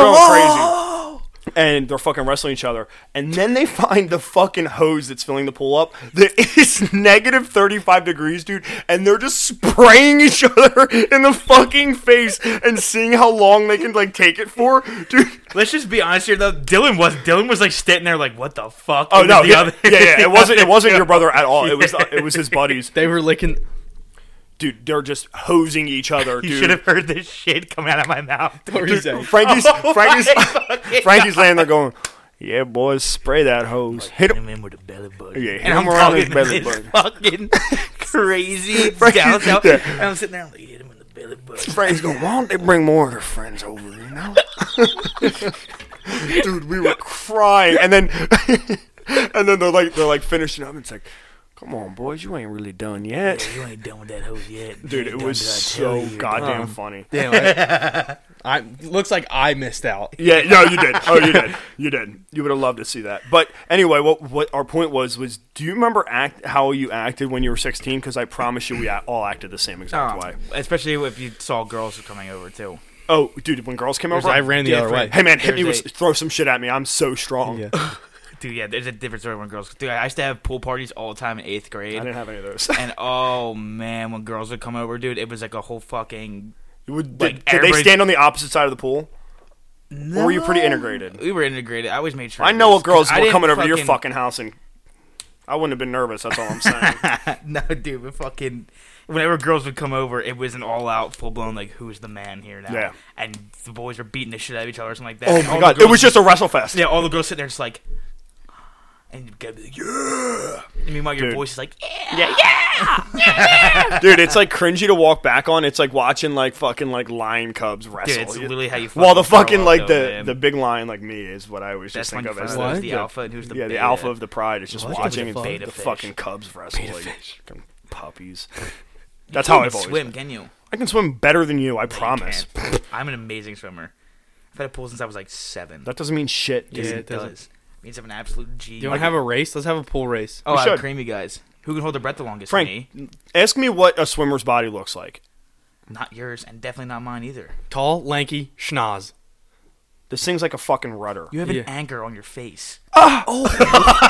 Speaker 1: they're going crazy, and they're fucking wrestling each other. And then they (laughs) find the fucking hose that's filling the pool up that (laughs) is negative thirty-five degrees, dude, and they're just spraying (laughs) each other in the fucking face and seeing how long they can like take it for, dude.
Speaker 3: Let's just be honest here, though. Dylan was Dylan was like sitting there, like, what the fuck?
Speaker 1: Oh
Speaker 3: It was
Speaker 1: no,
Speaker 3: the
Speaker 1: yeah,
Speaker 3: other-
Speaker 1: yeah, yeah,
Speaker 3: (laughs)
Speaker 1: it wasn't, it wasn't your brother at all. It was, it was his buddies,
Speaker 2: They
Speaker 1: (laughs)
Speaker 2: were licking.
Speaker 1: dude. They're just hosing each other,
Speaker 3: You
Speaker 1: dude.
Speaker 3: should have heard this shit coming out of my mouth.
Speaker 2: What were you saying? (laughs)
Speaker 1: Frankie's
Speaker 3: (laughs) Oh
Speaker 1: Frankie's
Speaker 3: my (laughs) fucking
Speaker 1: Frankie's laying there going, "Yeah, boys, spray that hose. Hit him."
Speaker 3: him with a belly button.
Speaker 1: Yeah, hit
Speaker 3: and I'm
Speaker 1: him around his
Speaker 3: talking
Speaker 1: belly
Speaker 3: this
Speaker 1: button. (laughs)
Speaker 3: fucking crazy down south. And I'm sitting there, I'm like, hit him in the belly button.
Speaker 1: Frankie's going, "Why don't they bring more of their friends over?" You know, (laughs) dude, we were crying, and then (laughs) and then they're like they're like finishing up. And it's like, "Come on, boys, you ain't really done yet."
Speaker 3: (laughs) You ain't done with that hose yet.
Speaker 1: Dude, it was so goddamn funny.
Speaker 2: Damn. I, I looks like I missed out.
Speaker 1: Yeah, no, you did. Oh, you did. You did. You would have loved to see that. But anyway, what what our point was was, do you remember act how you acted when you were sixteen? Because I promise you, we a- all acted the same exact way.
Speaker 3: Um, especially if you saw girls coming over too.
Speaker 1: Oh, dude, when girls came over,
Speaker 2: I ran the other way.
Speaker 1: Hey man, hit me
Speaker 3: There's
Speaker 1: with throw some shit at me. I'm so strong.
Speaker 2: Yeah.
Speaker 3: Dude, yeah, there's a different story when girls. Dude, I used to have pool parties all the time in eighth grade.
Speaker 1: I didn't have any of those.
Speaker 3: and oh man, when girls would come over, dude, it was like a whole fucking.
Speaker 1: Would- did,
Speaker 3: Like,
Speaker 1: did they
Speaker 3: everybody-
Speaker 1: stand on the opposite side of the pool? Or were you pretty integrated?
Speaker 3: We were integrated. I always made sure.
Speaker 1: I
Speaker 3: it
Speaker 1: know
Speaker 3: was-
Speaker 1: what girls
Speaker 3: I
Speaker 1: were
Speaker 3: didn't
Speaker 1: coming over to your fucking house, and I wouldn't have been nervous. That's all I'm saying. Oh
Speaker 3: (laughs) no, dude, but fucking. Whenever girls would come over, it was an all-out, full-blown like, "Who's the man here now?"
Speaker 1: Yeah.
Speaker 3: And the boys were beating the shit out of each other or something like that.
Speaker 1: oh
Speaker 3: And all
Speaker 1: my
Speaker 3: the
Speaker 1: god, it
Speaker 3: girls-
Speaker 1: was just a wrestle fest.
Speaker 3: yeah. All the girls sitting there just like, (gasps) And you gotta be like, yeah. And meanwhile, your
Speaker 1: Dude.
Speaker 3: voice is like, yeah.
Speaker 1: dude. It's like cringy to walk back on. It's like watching like fucking like lion cubs wrestle.
Speaker 3: Dude, it's
Speaker 1: You-
Speaker 3: literally how you.
Speaker 1: While the
Speaker 3: grow
Speaker 1: fucking
Speaker 3: up,
Speaker 1: like
Speaker 3: though,
Speaker 1: the
Speaker 3: man.
Speaker 1: the big lion like me is what I always
Speaker 3: That's
Speaker 1: just think
Speaker 3: when
Speaker 1: of
Speaker 3: you
Speaker 1: as
Speaker 3: find out
Speaker 2: What?
Speaker 3: who's the alpha and who's the
Speaker 1: yeah, the
Speaker 3: beta.
Speaker 1: alpha of the pride is just
Speaker 2: What?
Speaker 1: watching and
Speaker 2: Beta
Speaker 1: the
Speaker 3: fish.
Speaker 1: fucking cubs wrestle like fucking puppies. That's
Speaker 3: (laughs) You
Speaker 1: how
Speaker 3: can't
Speaker 1: I've always.
Speaker 3: swim.
Speaker 1: been.
Speaker 3: Can you?
Speaker 1: I can swim better than you. I promise.
Speaker 3: can't. I'm an amazing swimmer. I've had a pool since I was like seven.
Speaker 1: That doesn't mean shit, dude.
Speaker 3: Yes,
Speaker 2: Yeah,
Speaker 3: it
Speaker 2: it doesn't-
Speaker 3: does. means I'm an absolute G.
Speaker 2: You want to have a race? Let's have a pool race.
Speaker 3: oh,
Speaker 1: we
Speaker 3: I have
Speaker 1: should.
Speaker 3: creamy guys. Who can hold their breath the longest?
Speaker 1: Frank,
Speaker 3: Me.
Speaker 1: Ask me what a swimmer's body looks like.
Speaker 3: Not yours, and definitely not mine either.
Speaker 2: Tall, lanky, schnoz.
Speaker 1: This thing's like a fucking rudder.
Speaker 3: You (laughs) have
Speaker 2: Yeah.
Speaker 3: an anchor on your face.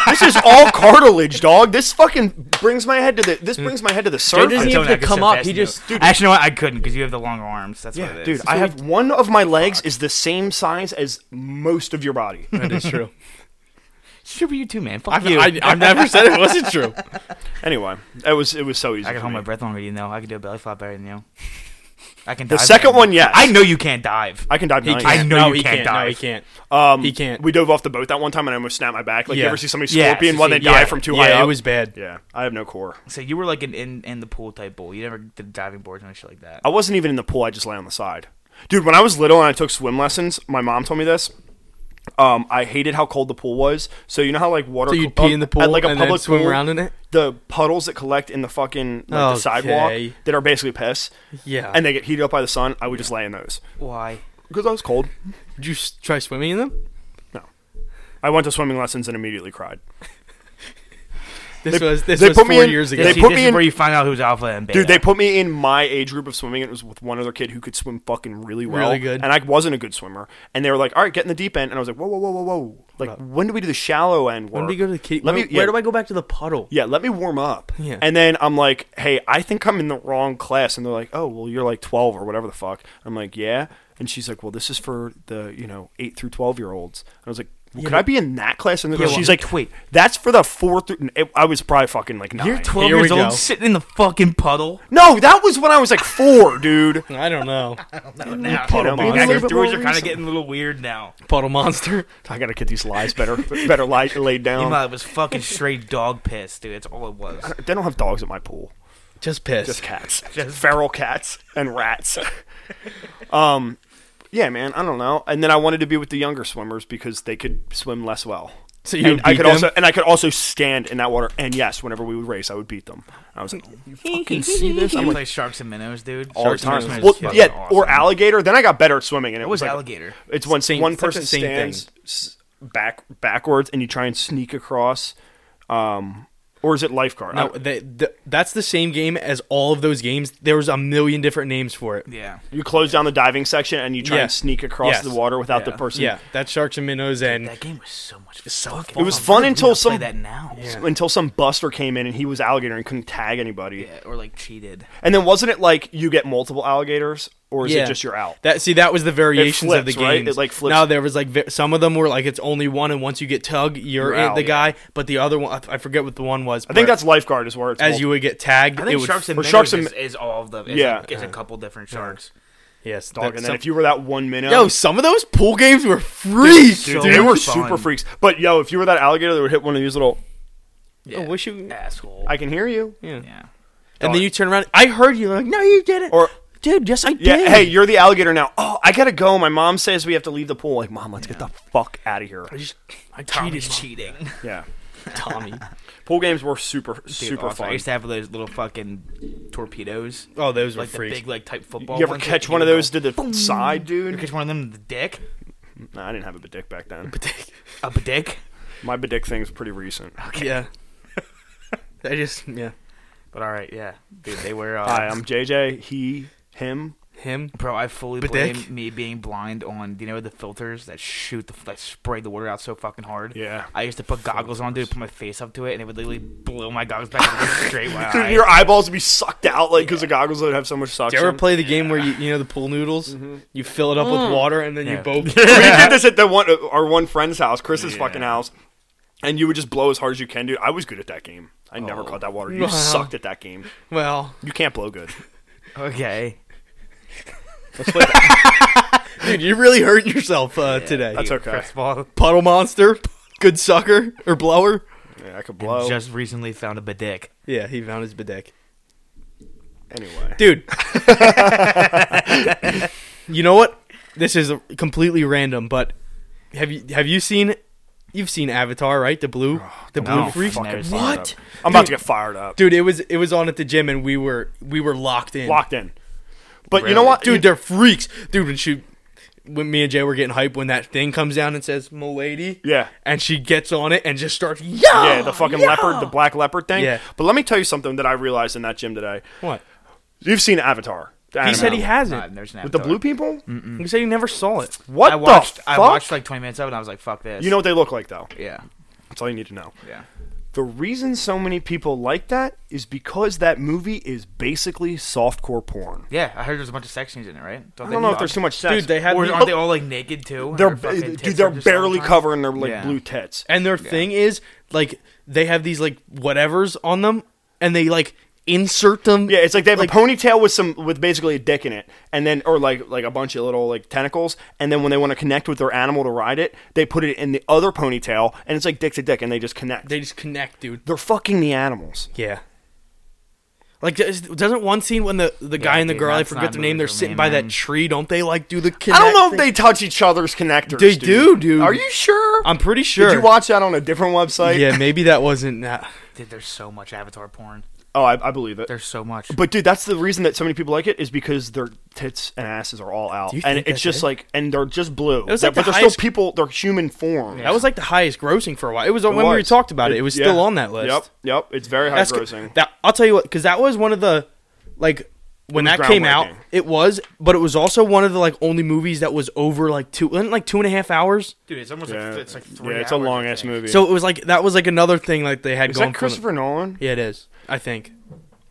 Speaker 1: this is all cartilage, dog. This fucking brings my head to the. This brings my head to the
Speaker 4: Jay doesn't
Speaker 1: surface.
Speaker 4: even
Speaker 3: Don't
Speaker 4: have
Speaker 3: act
Speaker 4: to
Speaker 3: so
Speaker 4: come up.
Speaker 3: fast,
Speaker 4: He
Speaker 3: no.
Speaker 4: just dude,
Speaker 3: Actually, no, I couldn't because you have the longer arms. That's what
Speaker 1: Yeah,
Speaker 3: it
Speaker 1: dude,
Speaker 3: is.
Speaker 1: I have one of my legs is the same size as most of your body.
Speaker 2: That
Speaker 1: (laughs)
Speaker 2: is true.
Speaker 3: Sure, but you too, man. Fuck
Speaker 2: I've,
Speaker 3: you. (laughs)
Speaker 2: I, I've never said it wasn't true.
Speaker 1: anyway, it was it was so easy.
Speaker 3: I can
Speaker 1: for
Speaker 3: hold
Speaker 1: me.
Speaker 3: my breath longer than you know. I can do a belly flop better than you. I can.
Speaker 1: The
Speaker 3: dive
Speaker 1: second
Speaker 3: better.
Speaker 1: one, yes.
Speaker 3: I know you can't dive.
Speaker 1: I can dive.
Speaker 2: He
Speaker 1: nine.
Speaker 2: can't.
Speaker 3: I know
Speaker 2: no,
Speaker 3: you
Speaker 2: he
Speaker 3: can't
Speaker 2: can't. No,
Speaker 3: dive.
Speaker 2: he can't.
Speaker 1: Um,
Speaker 2: He can't.
Speaker 1: We dove off the boat that one time, and I almost snapped my back. Like you
Speaker 2: Yeah.
Speaker 1: ever see somebody
Speaker 3: Yeah,
Speaker 1: scorpion
Speaker 3: it's
Speaker 1: when
Speaker 3: the
Speaker 1: they
Speaker 3: same-
Speaker 1: dive from too high
Speaker 2: yeah,
Speaker 1: up?
Speaker 2: it was bad.
Speaker 1: Yeah, I have no core.
Speaker 3: So you were like an in in the pool type bull. You never did diving boards and shit like that.
Speaker 1: I wasn't even in the pool. I just lay on the side. Dude, when I was little and I took swim lessons, my mom told me this. Um, I hated how cold the pool was. So you know how like water.
Speaker 2: So you'd
Speaker 1: co- uh,
Speaker 2: pee in the pool
Speaker 1: Oh, at, like a
Speaker 2: and then
Speaker 1: public
Speaker 2: swim
Speaker 1: pool,
Speaker 2: around in it?
Speaker 1: The puddles that collect in the fucking like, the sidewalk
Speaker 2: Okay.
Speaker 1: that are basically piss.
Speaker 2: Yeah.
Speaker 1: and they get heated up by the sun. I would just lay in those
Speaker 3: Why?
Speaker 1: because I was cold.
Speaker 2: Did you s- try swimming in them?
Speaker 1: I went to swimming lessons and immediately cried.
Speaker 2: This was this
Speaker 1: they
Speaker 2: was
Speaker 1: put me
Speaker 2: four
Speaker 1: in-
Speaker 2: years ago.
Speaker 1: They (laughs)
Speaker 3: This-
Speaker 1: put
Speaker 3: this
Speaker 1: me
Speaker 3: is
Speaker 1: in-
Speaker 3: where you find out who's alpha and beta.
Speaker 1: Dude, they put me in my age group of swimming. It was with one other kid who could swim fucking really well.
Speaker 2: Really good.
Speaker 1: And I wasn't a good swimmer. And they were like, all right, get in the deep end. And I was like, whoa, whoa, whoa, whoa, whoa. Like, when do we do the shallow end work?
Speaker 2: When do we go to the kitty?
Speaker 1: Let
Speaker 2: where,
Speaker 1: me, yeah,
Speaker 2: where do I go back to the puddle?
Speaker 1: Yeah, let me warm up.
Speaker 2: Yeah.
Speaker 1: And then I'm like, hey, I think I'm in the wrong class. And they're like, oh, well, you're like 12 or whatever the fuck. I'm like, yeah. And she's like, well, this is for the, you know, 8 through 12 year olds. And I was like, well, could I be in that class? And then
Speaker 3: Yeah,
Speaker 1: she's
Speaker 3: well,
Speaker 1: like,
Speaker 3: wait.
Speaker 1: that's for the 4 through. and it- I was probably fucking like 9.
Speaker 3: You're 12
Speaker 2: Here we
Speaker 3: years
Speaker 2: go.
Speaker 3: old, sitting in the fucking puddle.
Speaker 1: no, that was when I was like 4, dude.
Speaker 2: I don't know.
Speaker 3: Now,
Speaker 1: puddle monster. A
Speaker 3: you know, your
Speaker 1: little bit
Speaker 3: throws
Speaker 1: more
Speaker 3: are kind of
Speaker 1: recent.
Speaker 3: getting a little weird now.
Speaker 2: Puddle monster. (laughs)
Speaker 1: I gotta get these lies better, better light laid down.
Speaker 3: Meanwhile, it was fucking straight dog piss, dude. That's all it was.
Speaker 1: they Um, don't have dogs at my pool.
Speaker 2: Just piss.
Speaker 1: Just
Speaker 2: (laughs)
Speaker 1: cats, just feral cats and rats. (laughs) um, yeah, man, I don't know. And then I wanted to be with the younger swimmers because they could swim less well.
Speaker 2: So you
Speaker 1: And
Speaker 2: would
Speaker 1: I
Speaker 2: beat
Speaker 1: could
Speaker 2: them?
Speaker 1: also and I could also stand in that water. And yes, whenever we would race, I would beat them. I was like, you fucking see this?
Speaker 2: (laughs)
Speaker 3: You
Speaker 1: I'm like,
Speaker 3: play sharks and minnows, dude.
Speaker 1: all
Speaker 3: sharks
Speaker 1: the time.
Speaker 3: and minnows
Speaker 1: Well,
Speaker 3: is fucking
Speaker 1: yeah, or
Speaker 3: awesome.
Speaker 1: alligator. Then I got better at swimming, and it
Speaker 3: What was
Speaker 1: like-
Speaker 3: alligator?
Speaker 1: It's when
Speaker 2: Same-
Speaker 1: one
Speaker 2: it's like
Speaker 1: person
Speaker 2: the same thing.
Speaker 1: stands s- back backwards, and you try and sneak across. Um, or is it lifeguard?
Speaker 2: No,
Speaker 1: I-
Speaker 2: they, th that's the same game as all of those games. There was a million different names for it.
Speaker 3: Yeah.
Speaker 1: you close down the diving section, and you try and
Speaker 2: Yes.
Speaker 1: sneak across
Speaker 2: Yes.
Speaker 1: the water without the
Speaker 3: Yeah.
Speaker 1: person.
Speaker 2: Yeah, that's sharks and minnows and
Speaker 3: That game was so much fun.
Speaker 1: It was fun
Speaker 3: I'm
Speaker 1: until
Speaker 3: gonna play
Speaker 1: some-
Speaker 3: that now.
Speaker 1: Until some buster came in and he was alligator and couldn't tag anybody.
Speaker 3: Yeah, or like cheated.
Speaker 1: And then wasn't it like you get multiple alligators, or is
Speaker 2: yeah.
Speaker 1: it just you're out?
Speaker 2: That see, that was the variations of the
Speaker 1: flips, right?
Speaker 2: game.
Speaker 1: It, like, flips.
Speaker 2: Now there was like vi- some of them were like it's only one, and once you get tug, you're,
Speaker 1: You're
Speaker 2: in
Speaker 1: out.
Speaker 2: the guy. But the other one, I I forget what the one was.
Speaker 1: I think that's lifeguard is where it's
Speaker 2: as you would get tagged.
Speaker 3: I
Speaker 2: it
Speaker 3: think
Speaker 2: would
Speaker 3: sharks and
Speaker 1: or
Speaker 3: minnows
Speaker 1: sharks
Speaker 3: is,
Speaker 1: and-
Speaker 3: is all of them. It's
Speaker 1: Yeah.
Speaker 3: like- it's a couple different sharks.
Speaker 2: yes,
Speaker 1: dog.
Speaker 2: that-
Speaker 1: And
Speaker 2: some-
Speaker 1: then if you were that one minute,
Speaker 2: yo, some of those pool games were freaks.
Speaker 3: Dude, so
Speaker 1: they
Speaker 3: much
Speaker 1: were
Speaker 3: fun.
Speaker 1: super freaks. But yo, if you were that alligator that would hit one of these little,
Speaker 2: I wish you.
Speaker 3: asshole.
Speaker 1: I can hear you.
Speaker 2: Yeah.
Speaker 3: yeah.
Speaker 2: And then you turn around. I heard you. Like, no, you didn't.
Speaker 1: Or-
Speaker 2: dude, yes, I did.
Speaker 1: Yeah, hey, you're the alligator now. Oh, I gotta go. My mom says we have to leave the pool. Like, mom, let's get the fuck out of here.
Speaker 2: I just, I cheated,
Speaker 3: Tommy's cheating.
Speaker 1: Yeah,
Speaker 2: Tommy.
Speaker 1: pool games were super super
Speaker 3: awesome. I
Speaker 1: fun.
Speaker 3: used to have those little fucking torpedoes.
Speaker 2: Oh, those were
Speaker 3: like the
Speaker 2: freaks.
Speaker 3: big like type football.
Speaker 1: You ever
Speaker 3: ones
Speaker 1: catch
Speaker 3: that
Speaker 1: one of
Speaker 3: you
Speaker 1: those
Speaker 3: go-
Speaker 1: to the side,
Speaker 3: You
Speaker 1: dude?
Speaker 3: catch one of them in the dick?
Speaker 1: Nah, I didn't have a dick back
Speaker 2: (laughs)
Speaker 1: then.
Speaker 3: Up a
Speaker 1: (laughs)
Speaker 3: dick?
Speaker 1: My dick thing's pretty recent. (laughs)
Speaker 2: Yeah. I just yeah.
Speaker 3: But all right, yeah, dude, they were. Uh,
Speaker 1: Hi, I'm JJ. He, him.
Speaker 2: Him.
Speaker 3: Bro, I fully
Speaker 2: But
Speaker 3: blame
Speaker 2: dick.
Speaker 3: me being blind on you know the filters that shoot the that spray the water out so fucking hard.
Speaker 1: Yeah.
Speaker 3: I used to put goggles on, dude, put my face up to it, and it would literally blow my goggles back and go (laughs) straight in my
Speaker 1: Dude,
Speaker 3: eye.
Speaker 1: your eyeballs would be sucked out like because the goggles would have so much
Speaker 2: Do
Speaker 1: suction.
Speaker 2: you ever play the game where you you know the pool noodles? You fill it up with water and then
Speaker 3: Yeah.
Speaker 1: (laughs)
Speaker 2: you both.
Speaker 1: we did
Speaker 2: (laughs)
Speaker 1: this at the one uh, our one friend's house, Chris's fucking house, and you would just blow as hard as you can, dude. I was good at that game. I never caught that water. You
Speaker 2: Oh. Wow.
Speaker 1: sucked at that game.
Speaker 2: well,
Speaker 1: You can't blow good.
Speaker 3: Okay,
Speaker 2: (laughs) dude, you really hurt yourself uh, today.
Speaker 1: That's okay.
Speaker 3: First of all,
Speaker 2: Puddle monster, good sucker or blower.
Speaker 1: Yeah, I could
Speaker 3: and
Speaker 1: blow.
Speaker 3: just recently found a bidick.
Speaker 2: Yeah, he found his bedeck.
Speaker 1: anyway,
Speaker 2: dude. (laughs) you know what? This is completely random, but have you have you seen? You've seen Avatar, right? The blue, the blue
Speaker 3: no,
Speaker 2: freak.
Speaker 3: fucking never seen it.
Speaker 2: What,
Speaker 1: I'm about to get fired up.
Speaker 2: dude? It was it was on at the gym, and we were we were locked in.
Speaker 1: Locked in. But you know what,
Speaker 2: dude? They're freaks, dude. When she, when me and Jay were getting hype, when that thing comes down and says "Milady,"
Speaker 1: Yeah.
Speaker 2: and she gets on it and just starts, yeah,
Speaker 1: Yeah, the fucking leopard, the black leopard thing.
Speaker 2: Yeah.
Speaker 1: But let me tell you something that I realized in that gym today.
Speaker 2: What?
Speaker 1: You've seen Avatar. the
Speaker 2: He
Speaker 1: anime.
Speaker 2: said he hasn't.
Speaker 3: I've never seen
Speaker 1: with the blue
Speaker 3: Avatar.
Speaker 1: people.
Speaker 2: He said he never saw it.
Speaker 1: What
Speaker 3: I watched.
Speaker 1: the fuck?
Speaker 3: I watched like 20 minutes of it. and I was like, "Fuck this."
Speaker 1: you know what they look like though.
Speaker 3: Yeah.
Speaker 1: That's all you need to know.
Speaker 3: Yeah.
Speaker 1: The reason so many people like that is because that movie is basically softcore porn.
Speaker 3: Yeah. I heard there's a bunch of sex scenes in it, right?
Speaker 1: I don't know if there's too much sex.
Speaker 2: Dude, they have
Speaker 3: Or
Speaker 2: the-
Speaker 3: aren't they all like naked too? and
Speaker 1: they're
Speaker 3: their fucking
Speaker 1: dude,
Speaker 3: tits
Speaker 1: they're
Speaker 3: are just all
Speaker 1: barely
Speaker 3: the time?
Speaker 1: covering their like
Speaker 3: Yeah.
Speaker 1: blue tits.
Speaker 2: and their thing is like they have these like whatevers on them and they like insert them
Speaker 1: Yeah, it's like they have a ponytail with some with basically a dick in it, and then or like like a bunch of little like tentacles, and then when they want to connect with their animal to ride it, they put it in the other ponytail, and it's like dick to dick, and they just connect.
Speaker 2: they just connect dude
Speaker 1: They're fucking the animals.
Speaker 2: yeah like does- doesn't one scene when the the guy and the
Speaker 3: dude,
Speaker 2: girl i
Speaker 3: that's
Speaker 2: forget
Speaker 3: not
Speaker 2: their name
Speaker 3: movie
Speaker 2: they're
Speaker 3: for me,
Speaker 2: sitting by that
Speaker 3: man.
Speaker 2: tree don't they like do the
Speaker 1: I don't know if
Speaker 2: connect
Speaker 1: they
Speaker 2: thing?
Speaker 1: touch each other's connectors.
Speaker 2: They
Speaker 1: dude.
Speaker 2: do, dude.
Speaker 1: Are you sure?
Speaker 2: i'm pretty sure
Speaker 1: Did you watch that on a different website?
Speaker 2: yeah maybe that wasn't that
Speaker 3: Dude, there's so much Avatar porn.
Speaker 1: Oh, I, I believe it.
Speaker 3: There's so much.
Speaker 1: But dude, that's the reason that so many people like it is because their tits and asses are all out,
Speaker 2: Do you
Speaker 1: and
Speaker 2: think
Speaker 1: it's
Speaker 2: that's
Speaker 1: just
Speaker 2: it?
Speaker 1: like, and they're just blue.
Speaker 2: was
Speaker 1: That-
Speaker 2: like
Speaker 1: but
Speaker 2: the
Speaker 1: they're
Speaker 2: highest-
Speaker 1: still people. They're human form.
Speaker 2: that was like the highest grossing for a while it was on
Speaker 1: It
Speaker 2: when we
Speaker 1: was.
Speaker 2: talked about it it, was still
Speaker 1: yeah.
Speaker 2: on that list
Speaker 1: Yep, yep. It's very high
Speaker 2: That's
Speaker 1: grossing.
Speaker 2: that I'll tell you what, because that was one of the like when
Speaker 1: It was
Speaker 2: that came out,
Speaker 1: groundbreaking.
Speaker 2: it was, but it was also one of the like only movies that was over like two, wasn't it, like two and a half hours.
Speaker 3: dude, it's almost
Speaker 1: yeah,
Speaker 3: like it's like three.
Speaker 1: yeah, it's a
Speaker 3: hours, I
Speaker 1: long ass
Speaker 3: think.
Speaker 1: movie.
Speaker 2: So it was like that was like another thing like they had
Speaker 1: is
Speaker 2: going.
Speaker 1: that
Speaker 2: for them.
Speaker 1: Christopher Nolan?
Speaker 2: Yeah, it is. I think.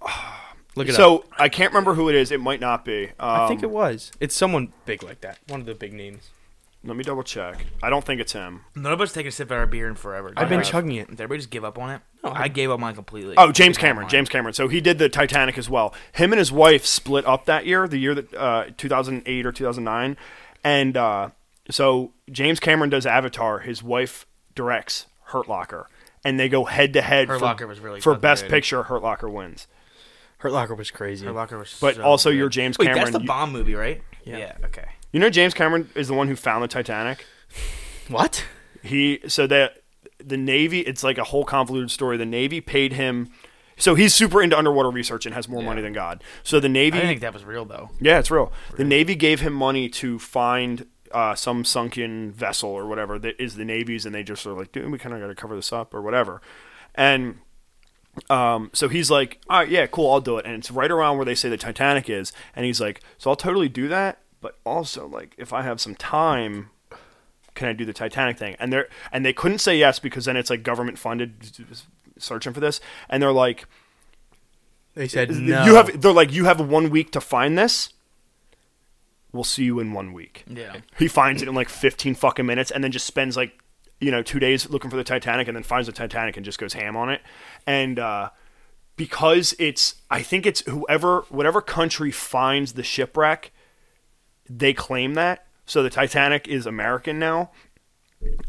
Speaker 2: (sighs) Look it up.
Speaker 1: So I can't remember who it is. It might not be. Um,
Speaker 2: I think it was. It's someone big like that. One of the big names.
Speaker 1: Let me double check. I don't think it's him.
Speaker 3: None of us take a sip of our beer in forever.
Speaker 2: I've been
Speaker 3: Did
Speaker 2: chugging it.
Speaker 3: Did everybody just give up on it?
Speaker 2: No, I-
Speaker 3: I gave up on it completely.
Speaker 1: Oh, James
Speaker 3: Give up
Speaker 1: Cameron.
Speaker 3: on it.
Speaker 1: James Cameron. So he did the Titanic as well. Him and his wife split up that year, the year that uh, 2008 or 2009, and uh, so James Cameron does Avatar. His wife directs Hurt Locker, and they go head to head.
Speaker 3: Hurt
Speaker 1: for-
Speaker 3: Locker was really
Speaker 1: for
Speaker 3: fucking
Speaker 1: best
Speaker 3: good.
Speaker 1: picture. Hurt Locker wins.
Speaker 2: Hurt Locker was crazy.
Speaker 3: Her locker was
Speaker 1: But
Speaker 3: so
Speaker 1: also
Speaker 3: good.
Speaker 1: your James
Speaker 3: Wait,
Speaker 1: Cameron-
Speaker 3: That's the
Speaker 1: you-
Speaker 3: bomb movie, right?
Speaker 2: Yeah.
Speaker 3: Okay.
Speaker 1: You know James Cameron is the one who found the Titanic.
Speaker 2: What?
Speaker 1: he so that the navy it's like a whole convoluted story the navy paid him so he's super into underwater research and has more money than god so the
Speaker 3: I didn't
Speaker 1: navy
Speaker 3: think that was real though.
Speaker 1: yeah it's real the navy gave him money to find uh, some sunken vessel or whatever that is the navy's and they just are like dude we kind of got to cover this up or whatever and um, so he's like, all right, yeah, cool, I'll do it. And it's right around where they say the Titanic is. And he's like, so I'll totally do that. But also, like, if I have some time, can I do the Titanic thing? And they're and they couldn't say yes because then it's like government funded searching for this. And they're like,
Speaker 2: They said no.
Speaker 1: you have. They're like, you have one week to find this. We'll see you in one week.
Speaker 3: Yeah.
Speaker 1: He finds it in like 15 fucking minutes and then just spends like, you know, two days looking for the Titanic and then finds the Titanic and just goes ham on it. And uh, because it's, I think it's whoever, whatever country finds the shipwreck, they claim that. So the Titanic is American now.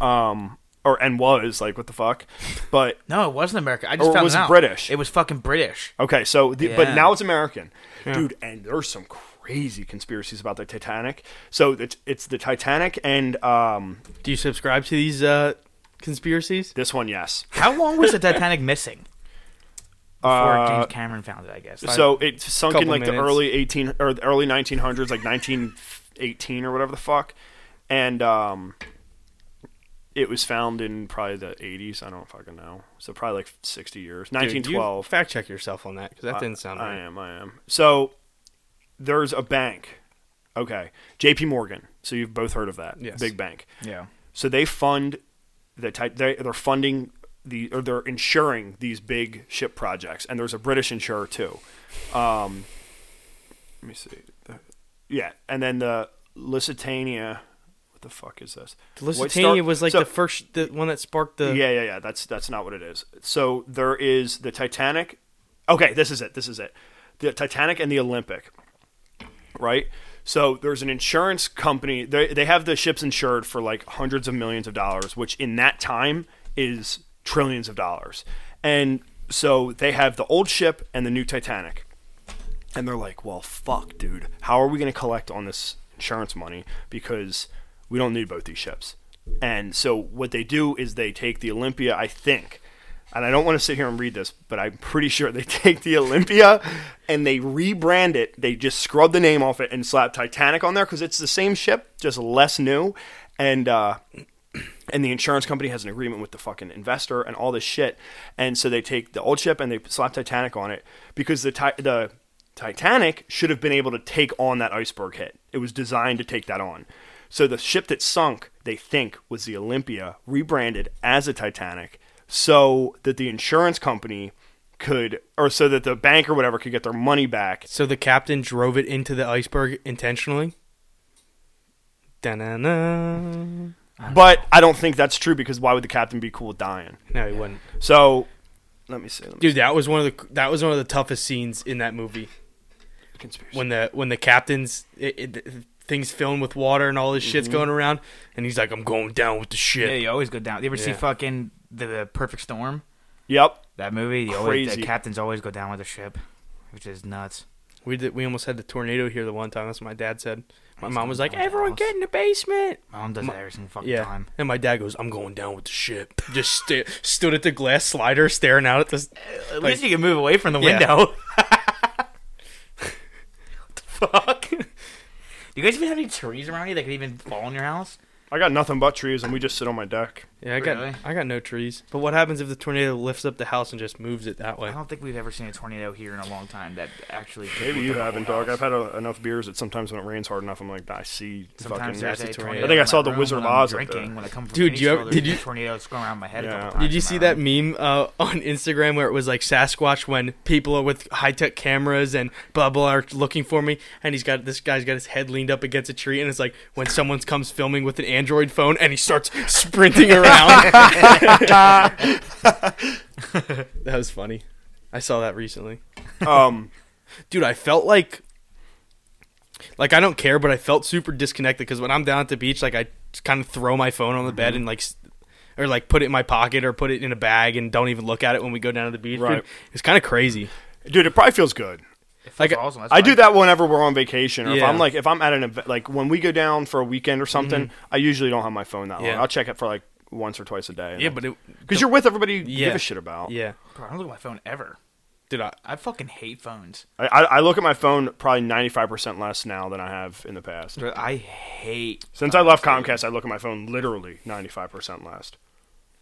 Speaker 1: Um, or, and was like, what the fuck? But
Speaker 3: No, it wasn't America. I just
Speaker 1: Or
Speaker 3: found
Speaker 1: was
Speaker 3: it
Speaker 1: it
Speaker 3: out.
Speaker 1: British?
Speaker 3: It was fucking British.
Speaker 1: Okay, so the, but
Speaker 3: Yeah.
Speaker 1: now it's American, dude. And there's some crazy conspiracies about the Titanic. So it's, it's the Titanic and um,
Speaker 2: Do you subscribe to these uh, conspiracies?
Speaker 1: this one, yes.
Speaker 3: How long
Speaker 1: (laughs)
Speaker 3: was the Titanic missing? Before
Speaker 1: Uh,
Speaker 3: James Cameron found it, I guess. Like,
Speaker 1: so it sunk in
Speaker 2: couple
Speaker 1: like the
Speaker 2: minutes.
Speaker 1: early 18 or the early 1900s, like 1918 or whatever the fuck, and um, it was found in probably the 80s. I don't fucking know. So probably like 60 years,
Speaker 2: Dude, you
Speaker 1: 1912.
Speaker 2: Fact check yourself on that because that didn't sound
Speaker 1: I
Speaker 2: right.
Speaker 1: am. I am. So there's a bank. Okay, J.P. Morgan. So you've both heard of that
Speaker 2: Yes.
Speaker 1: big bank.
Speaker 3: yeah.
Speaker 1: So they fund the type they they're funding the or they're insuring these big ship projects, and there's a British insurer too. Um, let me see. Yeah, and then the Lusitania. What the fuck is this? White Star-
Speaker 2: Lusitania was like
Speaker 1: so-
Speaker 2: the first, the one that sparked the.
Speaker 1: yeah, yeah, yeah. That's that's not what it is. So there is the Titanic. Okay, this is it. This is it. The Titanic and the Olympic. Right. So there's an insurance company. They they have the ships insured for like hundreds of millions of dollars, which in that time is trillions of dollars. And so they have the old ship and the new Titanic. And they're like, well, fuck, dude. How are we going to collect on this insurance money? Because we don't need both these ships. And so what they do is they take the Olympia, I think. And I don't want to sit here and read this, but I'm pretty sure they (laughs) take the Olympia and they rebrand it. They just scrub the name off it and slap Titanic on there because it's the same ship, just less new. And uh, and the insurance company has an agreement with the fucking investor and all this shit. And so they take the old ship and they slap Titanic on it because the ti- the Titanic should have been able to take on that iceberg hit. It was designed to take that on. So the ship that sunk, they think, was the Olympia, rebranded as a Titanic, so that the insurance company could, or so that the bank or whatever could get their money back.
Speaker 2: So the captain drove it into the iceberg intentionally. Da-na-na.
Speaker 1: But I don't think that's true because why would the captain be cool with dying?
Speaker 2: No, he wouldn't.
Speaker 1: So let me see. Let me
Speaker 2: Dude, that was one of the that was one of the toughest scenes in that movie.
Speaker 1: see. Conspiracy.
Speaker 2: when the when the captain's it, it, things filling with water and all this shit's going around, and he's like, "I'm going down with the shit."
Speaker 3: Mm-hmm. Yeah, you always go down. You ever see
Speaker 2: Yeah.
Speaker 3: fucking the, the Perfect Storm?
Speaker 1: Yep.
Speaker 3: That movie. You always,
Speaker 1: Crazy.
Speaker 3: the captains always go down with the ship, which is nuts.
Speaker 2: We did, we almost had the tornado here the one time. That's what my dad said. My
Speaker 3: That's
Speaker 2: mom was like,
Speaker 3: not my
Speaker 2: "Everyone
Speaker 3: house."
Speaker 2: get in the basement."
Speaker 3: My mom does
Speaker 2: My-
Speaker 3: that every single fucking
Speaker 2: Yeah,
Speaker 3: time.
Speaker 2: and my dad goes, "I'm going down with the ship." (laughs) Just sta- stood at the glass slider, staring out at this.
Speaker 3: At
Speaker 2: Like-
Speaker 3: least you can move away from the
Speaker 2: Yeah.
Speaker 3: window.
Speaker 2: (laughs)
Speaker 3: what the fuck? Do you guys even have any trees around you that could even fall in your house?
Speaker 1: I got nothing but trees, and we just sit on my deck.
Speaker 2: (laughs) Yeah, I got
Speaker 3: Really?
Speaker 2: I got no trees. But what happens if the tornado lifts up the house and just moves it that
Speaker 3: I
Speaker 2: way?
Speaker 3: don't think we've ever seen a tornado here in a long time that actually. took
Speaker 1: Maybe
Speaker 3: the
Speaker 1: you
Speaker 3: whole
Speaker 1: haven't, dog.
Speaker 3: house.
Speaker 1: I've had a, enough beers that sometimes when it rains hard enough, I'm like, I see
Speaker 3: Sometimes
Speaker 1: fucking.
Speaker 3: there's a
Speaker 2: that's a
Speaker 3: tornado.
Speaker 2: tornado. I think
Speaker 1: I
Speaker 3: in
Speaker 1: saw
Speaker 3: my
Speaker 1: the
Speaker 3: room
Speaker 1: Wizard
Speaker 3: when
Speaker 1: of
Speaker 3: I'm
Speaker 1: Oz up
Speaker 3: Drinking
Speaker 1: there.
Speaker 3: when I come from
Speaker 2: Dude,
Speaker 3: Phoenix,
Speaker 2: you ever-
Speaker 3: so
Speaker 2: did
Speaker 3: there's
Speaker 2: you-
Speaker 3: tornadoes going around my head?
Speaker 1: Yeah.
Speaker 3: A couple times
Speaker 2: Did you
Speaker 3: in
Speaker 2: see
Speaker 3: my
Speaker 2: that
Speaker 3: room.
Speaker 2: meme uh, on Instagram where it was like Sasquatch when people are with high tech cameras and blah blah are looking for me, and he's got this guy's got his head leaned up against a tree, and it's like when someone comes filming with an Android phone, and he starts sprinting around. (laughs) that was funny. I saw that recently,
Speaker 1: Um,
Speaker 2: dude. I felt like like I don't care, but I felt super disconnected because when I'm down at the beach, like I kind of throw my phone on the
Speaker 1: Mm-hmm.
Speaker 2: bed and like, s- or like put it in my pocket or put it in a bag and don't even look at it when we go down to the beach. dude.
Speaker 1: Right.
Speaker 2: It's kind of crazy.
Speaker 1: dude, it probably feels good.
Speaker 3: It
Speaker 2: Like,
Speaker 3: feels awesome. That's
Speaker 1: I
Speaker 3: why
Speaker 1: do that whenever we're on vacation, or if
Speaker 2: Yeah.
Speaker 1: I'm like, if I'm at an event, like when we go down for a weekend or something,
Speaker 3: Mm-hmm.
Speaker 1: I usually don't have my phone that long.
Speaker 2: Yeah.
Speaker 1: I'll check it for like once or twice a day.
Speaker 2: Yeah, but it,
Speaker 1: because you're with everybody you give
Speaker 2: Yeah.
Speaker 1: a shit about.
Speaker 2: yeah,
Speaker 3: Bro, I don't look at my phone ever.
Speaker 2: dude, I,
Speaker 3: I fucking hate phones.
Speaker 1: I, I I look at my phone probably 95 percent less now than I have in the past.
Speaker 3: Bro, I hate
Speaker 1: Since I left Comcast, I look at my phone literally 95 percent less.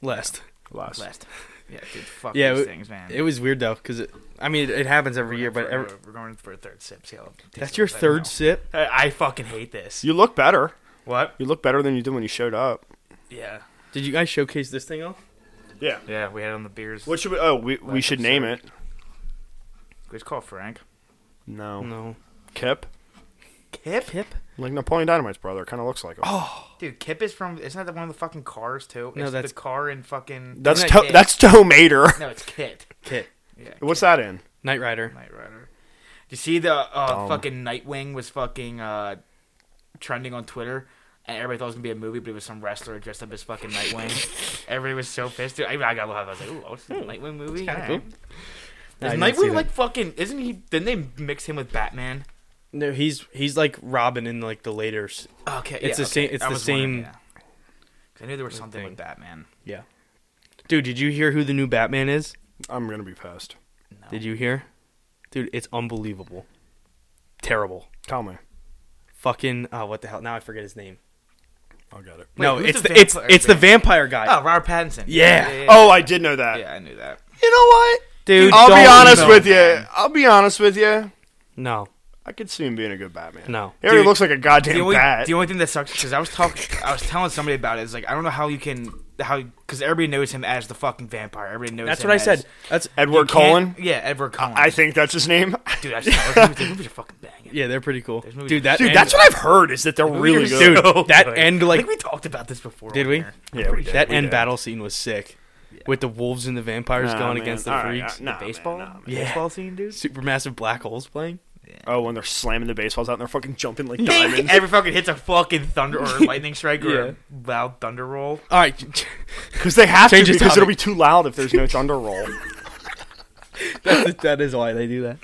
Speaker 2: last.
Speaker 1: Less.
Speaker 3: last. Yeah, dude, fuck
Speaker 2: Yeah,
Speaker 3: these
Speaker 2: it-
Speaker 3: things, man.
Speaker 2: It was weird though, because it, I mean, it, it happens every year, but
Speaker 3: We're-
Speaker 2: every,
Speaker 3: we're going for a third sip. See how it tastes
Speaker 2: that's
Speaker 3: a
Speaker 2: your
Speaker 3: little
Speaker 2: third
Speaker 3: better
Speaker 2: sip.
Speaker 3: now. I, I fucking hate this.
Speaker 1: You look better.
Speaker 3: what?
Speaker 1: You look better than you did when you showed up.
Speaker 3: Yeah,
Speaker 2: Did you guys showcase this thing off?
Speaker 1: Yeah.
Speaker 3: yeah. We had on the beers.
Speaker 1: What should we? Oh, we, we
Speaker 3: Like
Speaker 1: should name it.
Speaker 3: absurd. It's called Frank.
Speaker 1: No.
Speaker 2: No.
Speaker 1: Kip?
Speaker 3: Kip.
Speaker 2: Kip?
Speaker 1: Like Napoleon Dynamite's brother. Kind of looks like him. Oh,
Speaker 3: Dude, Kip is from. Isn't that the one of the fucking cars too?
Speaker 2: No,
Speaker 3: It's
Speaker 2: that's-
Speaker 3: the car in
Speaker 1: (gasps)
Speaker 3: fucking.
Speaker 1: that's
Speaker 2: isn't
Speaker 1: to-
Speaker 2: that
Speaker 3: Kip?
Speaker 1: that's Toe Mater.
Speaker 3: No, it's Kit.
Speaker 2: Kip.
Speaker 3: Yeah.
Speaker 1: (laughs) What's that in?
Speaker 2: Knight Rider.
Speaker 3: Night Rider. Did you see the uh,
Speaker 1: Dumb.
Speaker 3: fucking Nightwing was fucking uh, trending on Twitter? And everybody thought it was gonna be a movie, but it was some wrestler dressed up as fucking Nightwing. everybody was so pissed. Dude. I, I got a little. I was like, "Ooh, oh, it's a Nightwing movie."
Speaker 2: kinda
Speaker 3: Alright.
Speaker 2: cool.
Speaker 3: Is
Speaker 2: I didn't see
Speaker 3: Nightwing
Speaker 2: that.
Speaker 3: like fucking? Isn't he? Didn't they mix him with Batman?
Speaker 2: No, he's he's like Robin in like the later. s-
Speaker 3: Okay,
Speaker 2: It's
Speaker 3: yeah,
Speaker 2: the same-
Speaker 3: okay.
Speaker 2: it's
Speaker 3: I
Speaker 2: the
Speaker 3: was wondering,
Speaker 2: same
Speaker 3: yeah. 'Cause I knew there was something
Speaker 2: thing.
Speaker 3: with Batman.
Speaker 2: Yeah. Dude, did you hear who the new Batman is?
Speaker 1: I'm gonna be pissed.
Speaker 3: No.
Speaker 2: Did you hear? Dude, it's unbelievable. Terrible.
Speaker 1: Tell me.
Speaker 2: Fucking uh, what the hell? Now I forget his name.
Speaker 1: I'll get it.
Speaker 3: Wait,
Speaker 2: no,
Speaker 3: who's
Speaker 2: it's
Speaker 3: the
Speaker 2: the, it's
Speaker 3: vampire
Speaker 2: it's the vampire guy.
Speaker 3: Oh, Robert Pattinson.
Speaker 2: Yeah.
Speaker 3: yeah,
Speaker 1: Oh, I did know that.
Speaker 3: yeah, I knew that.
Speaker 1: You know what?
Speaker 2: dude,
Speaker 1: I'll be
Speaker 2: don't
Speaker 1: honest
Speaker 2: even-
Speaker 1: with you. I'll be honest with you.
Speaker 2: No,
Speaker 1: I could see him being a good Batman.
Speaker 2: no.
Speaker 1: He already
Speaker 3: Dude,
Speaker 1: looks like a goddamn
Speaker 3: the only,
Speaker 1: bat.
Speaker 3: the only thing that sucks because I was talking, I was telling somebody about it. Is like I don't know how you can how because everybody knows him as the fucking vampire. Everybody knows.
Speaker 2: That's
Speaker 3: him
Speaker 2: what I
Speaker 3: as-
Speaker 2: said. That's
Speaker 3: You
Speaker 1: Edward
Speaker 3: can't-
Speaker 1: Cullen.
Speaker 3: Yeah, Edward Cullen.
Speaker 1: I think that's his name. (laughs)
Speaker 3: dude, I just thought these movies are fucking banging.
Speaker 2: yeah, they're pretty cool,
Speaker 3: Those movies
Speaker 2: dude.
Speaker 3: are
Speaker 2: That
Speaker 1: Dude,
Speaker 2: end-
Speaker 1: that's what I've heard is that they're really
Speaker 3: Movies are
Speaker 1: good.
Speaker 2: Dude, that
Speaker 3: good.
Speaker 2: end,
Speaker 3: I
Speaker 2: like-
Speaker 3: think Oh, we talked about this before.
Speaker 2: Did
Speaker 3: on
Speaker 2: we?
Speaker 3: here.
Speaker 1: Yeah,
Speaker 3: I'm
Speaker 1: we
Speaker 3: pretty
Speaker 1: did.
Speaker 3: sure.
Speaker 2: that end
Speaker 1: did.
Speaker 2: battle scene was sick, with the wolves and the vampires
Speaker 1: Nah,
Speaker 2: going
Speaker 1: man.
Speaker 2: against the
Speaker 1: All right,
Speaker 2: freaks.
Speaker 1: uh, nah, man,
Speaker 3: baseball,
Speaker 1: nah, man.
Speaker 2: Yeah.
Speaker 3: baseball scene, dude.
Speaker 2: Supermassive black holes playing.
Speaker 1: Oh, when they're slamming the baseballs out and they're fucking jumping like diamonds.
Speaker 3: Every fucking hits a fucking thunder or a lightning strike or
Speaker 2: Yeah.
Speaker 3: a loud thunder roll.
Speaker 2: All right, (laughs)
Speaker 1: Because they have
Speaker 2: Change
Speaker 1: to
Speaker 2: the
Speaker 1: because it'll be
Speaker 2: topic.
Speaker 1: too loud if there's no thunder
Speaker 2: (laughs)
Speaker 1: roll.
Speaker 2: that's, that is why they do that.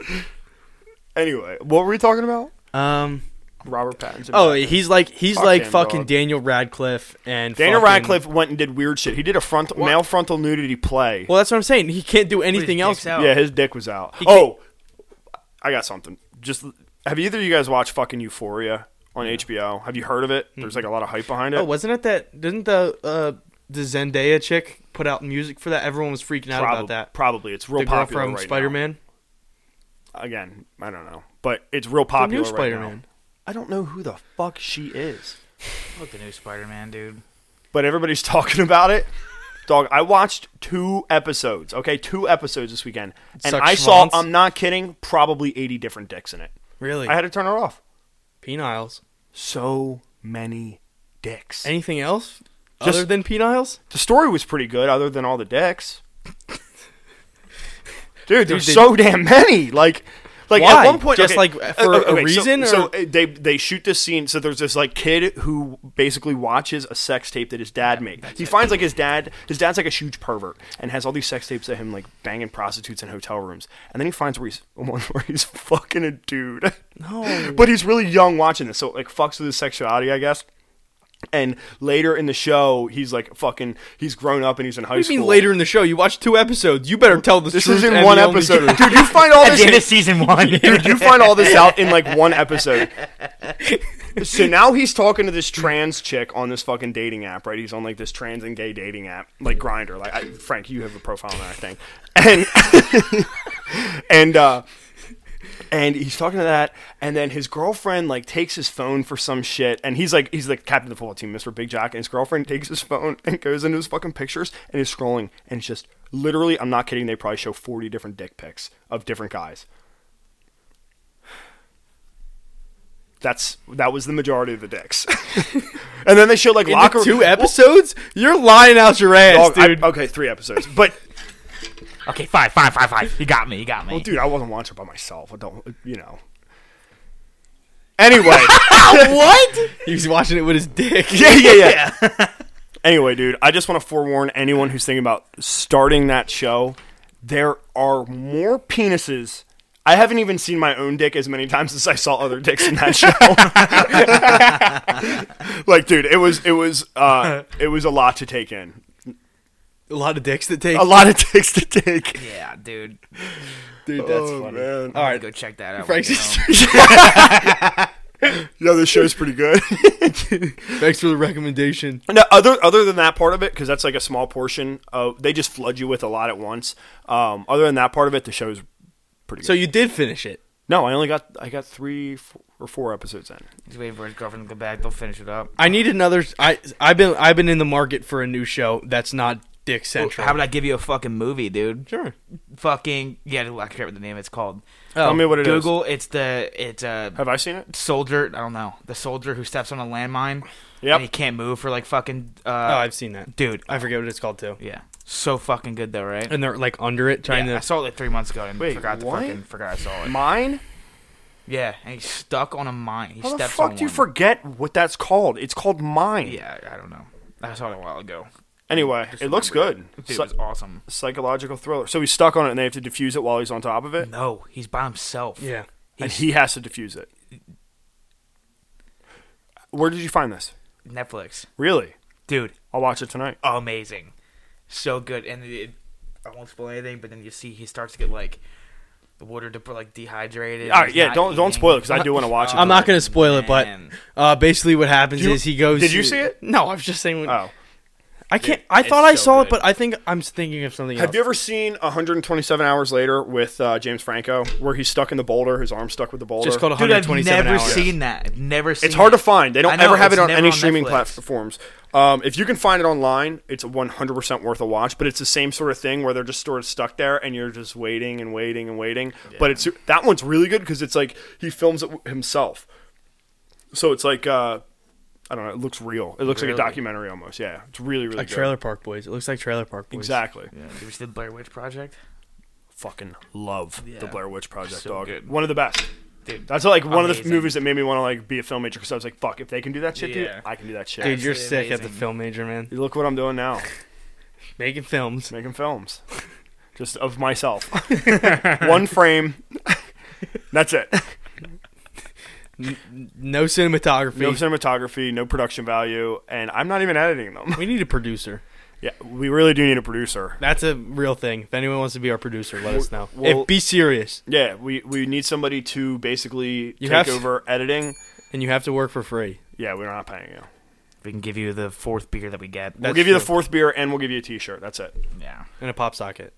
Speaker 1: Anyway, what were we talking about?
Speaker 2: Um.
Speaker 1: Robert Pattinson.
Speaker 2: Oh, he's like he's
Speaker 1: Fuck
Speaker 2: like
Speaker 1: him,
Speaker 2: fucking
Speaker 1: dog.
Speaker 2: Daniel Radcliffe and
Speaker 1: Daniel
Speaker 2: fucking-
Speaker 1: Radcliffe went and did weird shit. He did a front male frontal nudity play.
Speaker 2: Well, that's what I'm saying. He can't do anything
Speaker 3: dick's
Speaker 2: else.
Speaker 3: out.
Speaker 1: Yeah, his dick was out. oh, I got something. Just have either of you guys watched fucking Euphoria on HBO? Have you heard of it? There's like a lot of hype behind it.
Speaker 2: Oh, wasn't it that? Didn't the uh, the Zendaya chick put out music for that? Everyone was freaking out
Speaker 1: Probab-
Speaker 2: about that.
Speaker 1: Probably it's real
Speaker 2: The girl
Speaker 1: popular
Speaker 2: from
Speaker 1: right now.
Speaker 2: Spider-Man,
Speaker 1: Again, I don't know, but it's real
Speaker 2: the
Speaker 1: popular
Speaker 2: new
Speaker 1: right
Speaker 2: Spider-Man.
Speaker 1: now. I don't know who the fuck she is,
Speaker 3: Look the new Spider Man, dude.
Speaker 1: but everybody's (laughs) talking about it. Dog, I watched two episodes. Okay, two episodes this weekend, and
Speaker 2: Suck
Speaker 1: I saw.
Speaker 2: schwanz.
Speaker 1: I'm not kidding. Probably 80 different dicks in it.
Speaker 2: Really?
Speaker 1: I had to turn her off.
Speaker 2: peniles.
Speaker 1: So many dicks.
Speaker 2: Anything else
Speaker 1: Just-
Speaker 2: other than peniles?
Speaker 1: The story was pretty good, other than all the
Speaker 2: (laughs)
Speaker 1: dicks. Dude, there's
Speaker 2: they-
Speaker 1: so damn many. Like, like
Speaker 2: Why?
Speaker 1: at one point,
Speaker 2: Just
Speaker 1: okay, uh,
Speaker 2: like for a
Speaker 1: okay, so-
Speaker 2: reason, or-
Speaker 1: So, uh, they they shoot this scene. So there's this like kid who basically watches a sex tape that his dad made. He finds like his dad. His dad's like a huge pervert and has all these sex tapes of him like banging prostitutes in hotel rooms. And then he finds where he's (laughs) one where he's fucking a dude.
Speaker 2: No.
Speaker 1: (laughs) but he's really young watching this, so it, like fucks with his sexuality, I guess. And later in the show, he's like fucking. He's grown up and he's in high
Speaker 2: What do
Speaker 1: school.
Speaker 2: you mean later in the show? You watched two episodes. You better tell the
Speaker 1: This
Speaker 2: truth.
Speaker 1: is in
Speaker 2: and
Speaker 1: one
Speaker 2: the only
Speaker 1: episode, (laughs)
Speaker 2: truth.
Speaker 1: dude. You find
Speaker 2: (laughs)
Speaker 1: all
Speaker 3: At the end of
Speaker 1: this.
Speaker 3: season (laughs) one.
Speaker 1: Dude, you find all this out in like one episode. So now he's talking to this trans chick on this fucking dating app, right? He's on like this trans and gay dating app, like Grinder. Like I, Frank, you have a profile on that, I think. And and (laughs) uh, and he's talking to that, and then his girlfriend like takes his phone for some shit, and he's like he's like captain of the football team, Mr. Big Jack, and his girlfriend takes his phone (laughs) and goes into his fucking pictures and is scrolling, and it's just literally, I'm not kidding, they probably show 40 different dick pics of different guys. That's that was the majority of the dicks, (laughs) and then they show like
Speaker 2: In the
Speaker 1: locker
Speaker 2: two episodes. You're lying out your ass,
Speaker 1: Dog, I-
Speaker 2: dude.
Speaker 1: okay, three episodes, but
Speaker 3: okay, five, five, five, five. You got me. You got me.
Speaker 1: Well, dude, I wasn't watching it by myself. I don't, you know.
Speaker 2: (laughs)
Speaker 1: Anyway,
Speaker 3: what?
Speaker 2: he was watching it with his dick.
Speaker 1: (laughs)
Speaker 2: (laughs)
Speaker 1: yeah, yeah, yeah. anyway, dude, I just want to forewarn anyone who's thinking about starting that show. There are more penises. I haven't even seen my own dick as many times as I saw other dicks in
Speaker 2: (laughs)
Speaker 1: that show. like, dude, it was it was uh, it was a lot to take in.
Speaker 2: A lot of dicks that (laughs) take.
Speaker 1: A lot of dicks to take.
Speaker 3: Yeah, dude.
Speaker 2: Dude,
Speaker 1: Oh, man.
Speaker 2: All right,
Speaker 3: Go check that out.
Speaker 2: Frank's
Speaker 3: you know.
Speaker 1: Yeah, this show's pretty good. (laughs)
Speaker 2: thanks for the recommendation.
Speaker 1: No, other other than that part of it, because that's like a small portion. Of, they just flood you with a lot at once. Um, other than that part of it, the show's pretty. Good.
Speaker 2: So you did finish it.
Speaker 1: no, I only got I got three four, or four episodes in.
Speaker 3: He's waiting for his girlfriend to come back. They'll finish it up.
Speaker 2: I need another. I I've been I've been in the market for a new show that's not dick central.
Speaker 3: How about I give you a fucking movie, dude?
Speaker 2: sure.
Speaker 1: Uh,
Speaker 3: Fucking yeah, I forget what the name it's called.
Speaker 1: Oh. Tell me what it is.
Speaker 3: Google. It's the it's a
Speaker 1: Have I seen it?
Speaker 3: soldier. I don't know the soldier who steps on a landmine.
Speaker 1: Yep.
Speaker 3: And he can't move for like fucking. Uh,
Speaker 2: Oh, I've seen that.
Speaker 3: dude.
Speaker 2: I forget what it's called too.
Speaker 3: Yeah. So fucking good though, right?
Speaker 2: And they're like under it trying
Speaker 3: Yeah, I
Speaker 2: to.
Speaker 3: saw it like three months ago and
Speaker 1: Wait,
Speaker 3: forgot to
Speaker 1: what?
Speaker 3: fucking forgot I saw it.
Speaker 1: Mine?
Speaker 3: Yeah, and he's stuck on a mine. He
Speaker 1: How the
Speaker 3: steps
Speaker 1: fuck
Speaker 3: on
Speaker 1: do you
Speaker 3: one.
Speaker 1: forget what that's called? It's called Mine.
Speaker 3: Yeah, I don't know. I saw it a while ago.
Speaker 1: Anyway,
Speaker 3: Just
Speaker 1: it looks
Speaker 3: remember
Speaker 1: good.
Speaker 3: Dude,
Speaker 1: Psy-
Speaker 3: it was awesome.
Speaker 1: psychological thriller. So he's stuck on it, and they have to defuse it while he's on top of it,
Speaker 3: No, he's by himself.
Speaker 2: Yeah.
Speaker 1: and he has to defuse it. Where did you find this?
Speaker 3: Netflix,
Speaker 1: Really?
Speaker 3: dude,
Speaker 1: I'll watch it tonight.
Speaker 3: amazing, so good. And it, I won't spoil anything, but then you see he starts to get like water to like dehydrated.
Speaker 1: All right, yeah, don't don't spoil it because I do want to watch it.
Speaker 2: I'm not gonna spoil it, but
Speaker 3: Man.
Speaker 2: uh, basically what happens
Speaker 1: Do you-
Speaker 2: is he goes.
Speaker 1: did you see it?
Speaker 2: No, I was just saying.
Speaker 1: Oh.
Speaker 2: I can't. I
Speaker 3: it's
Speaker 2: thought I
Speaker 3: so
Speaker 2: saw it,
Speaker 3: good.
Speaker 2: but I think I'm thinking of something
Speaker 1: Have
Speaker 2: else.
Speaker 1: you ever seen 127 Hours Later with uh, James Franco, where he's stuck in the boulder, his arm stuck with the boulder?
Speaker 2: Just called
Speaker 3: Dude, I've
Speaker 2: 127
Speaker 3: never
Speaker 2: hours.
Speaker 3: seen that. I've never seen.
Speaker 1: it's hard to
Speaker 3: it.
Speaker 1: find. They
Speaker 3: I
Speaker 1: don't
Speaker 3: know,
Speaker 1: ever have it
Speaker 3: it's
Speaker 1: on
Speaker 3: never
Speaker 1: any
Speaker 3: on
Speaker 1: streaming
Speaker 3: Netflix.
Speaker 1: platforms. Um, if you can find it online, it's 100% worth a watch. But it's the same sort of thing where they're just sort of stuck there, and you're just waiting and waiting and waiting. But it's that one's really good because it's like he films it w- himself, so it's like uh, I don't know. It looks real. It looks
Speaker 3: Really?
Speaker 1: like a documentary almost. Yeah, it's really really
Speaker 2: Like
Speaker 1: good.
Speaker 2: Trailer Park Boys. It looks like Trailer Park Boys.
Speaker 1: Exactly.
Speaker 3: Yeah. You ever see the Blair Witch Project?
Speaker 1: Fucking love
Speaker 3: Yeah.
Speaker 1: the Blair Witch Project,
Speaker 3: So
Speaker 1: dog.
Speaker 3: good.
Speaker 1: One of the best.
Speaker 3: dude.
Speaker 1: That's like one of the
Speaker 3: Amazing.
Speaker 1: movies that made me want to like be a filmmaker because I was like, fuck, if they can do that shit,
Speaker 3: Yeah.
Speaker 1: dude, I can do that shit.
Speaker 2: Dude, you're sick
Speaker 3: Absolutely
Speaker 2: as a
Speaker 3: amazing.
Speaker 2: film major, man.
Speaker 1: You Look what I'm doing
Speaker 3: (laughs)
Speaker 1: now,
Speaker 2: Making films.
Speaker 1: making films, just of
Speaker 3: (laughs)
Speaker 1: myself, one frame. That's
Speaker 3: (laughs)
Speaker 1: it.
Speaker 2: No cinematography.
Speaker 1: No cinematography, no production value, and I'm not even editing them. (laughs)
Speaker 2: we need a producer.
Speaker 1: Yeah, we really do need a producer.
Speaker 2: That's a real thing. If anyone wants to be our producer, let us know.
Speaker 1: Well-
Speaker 2: if, be serious,
Speaker 1: Yeah, we, we need somebody to basically
Speaker 2: You have
Speaker 1: take
Speaker 2: to-
Speaker 1: over editing.
Speaker 2: and you have to work for free.
Speaker 1: Yeah, we're not paying you.
Speaker 3: We can give you the fourth beer that we get.
Speaker 1: we'll
Speaker 2: That's
Speaker 1: give you the
Speaker 2: true.
Speaker 1: fourth beer and we'll give you a T-shirt. That's it.
Speaker 3: yeah.
Speaker 2: and a pop socket.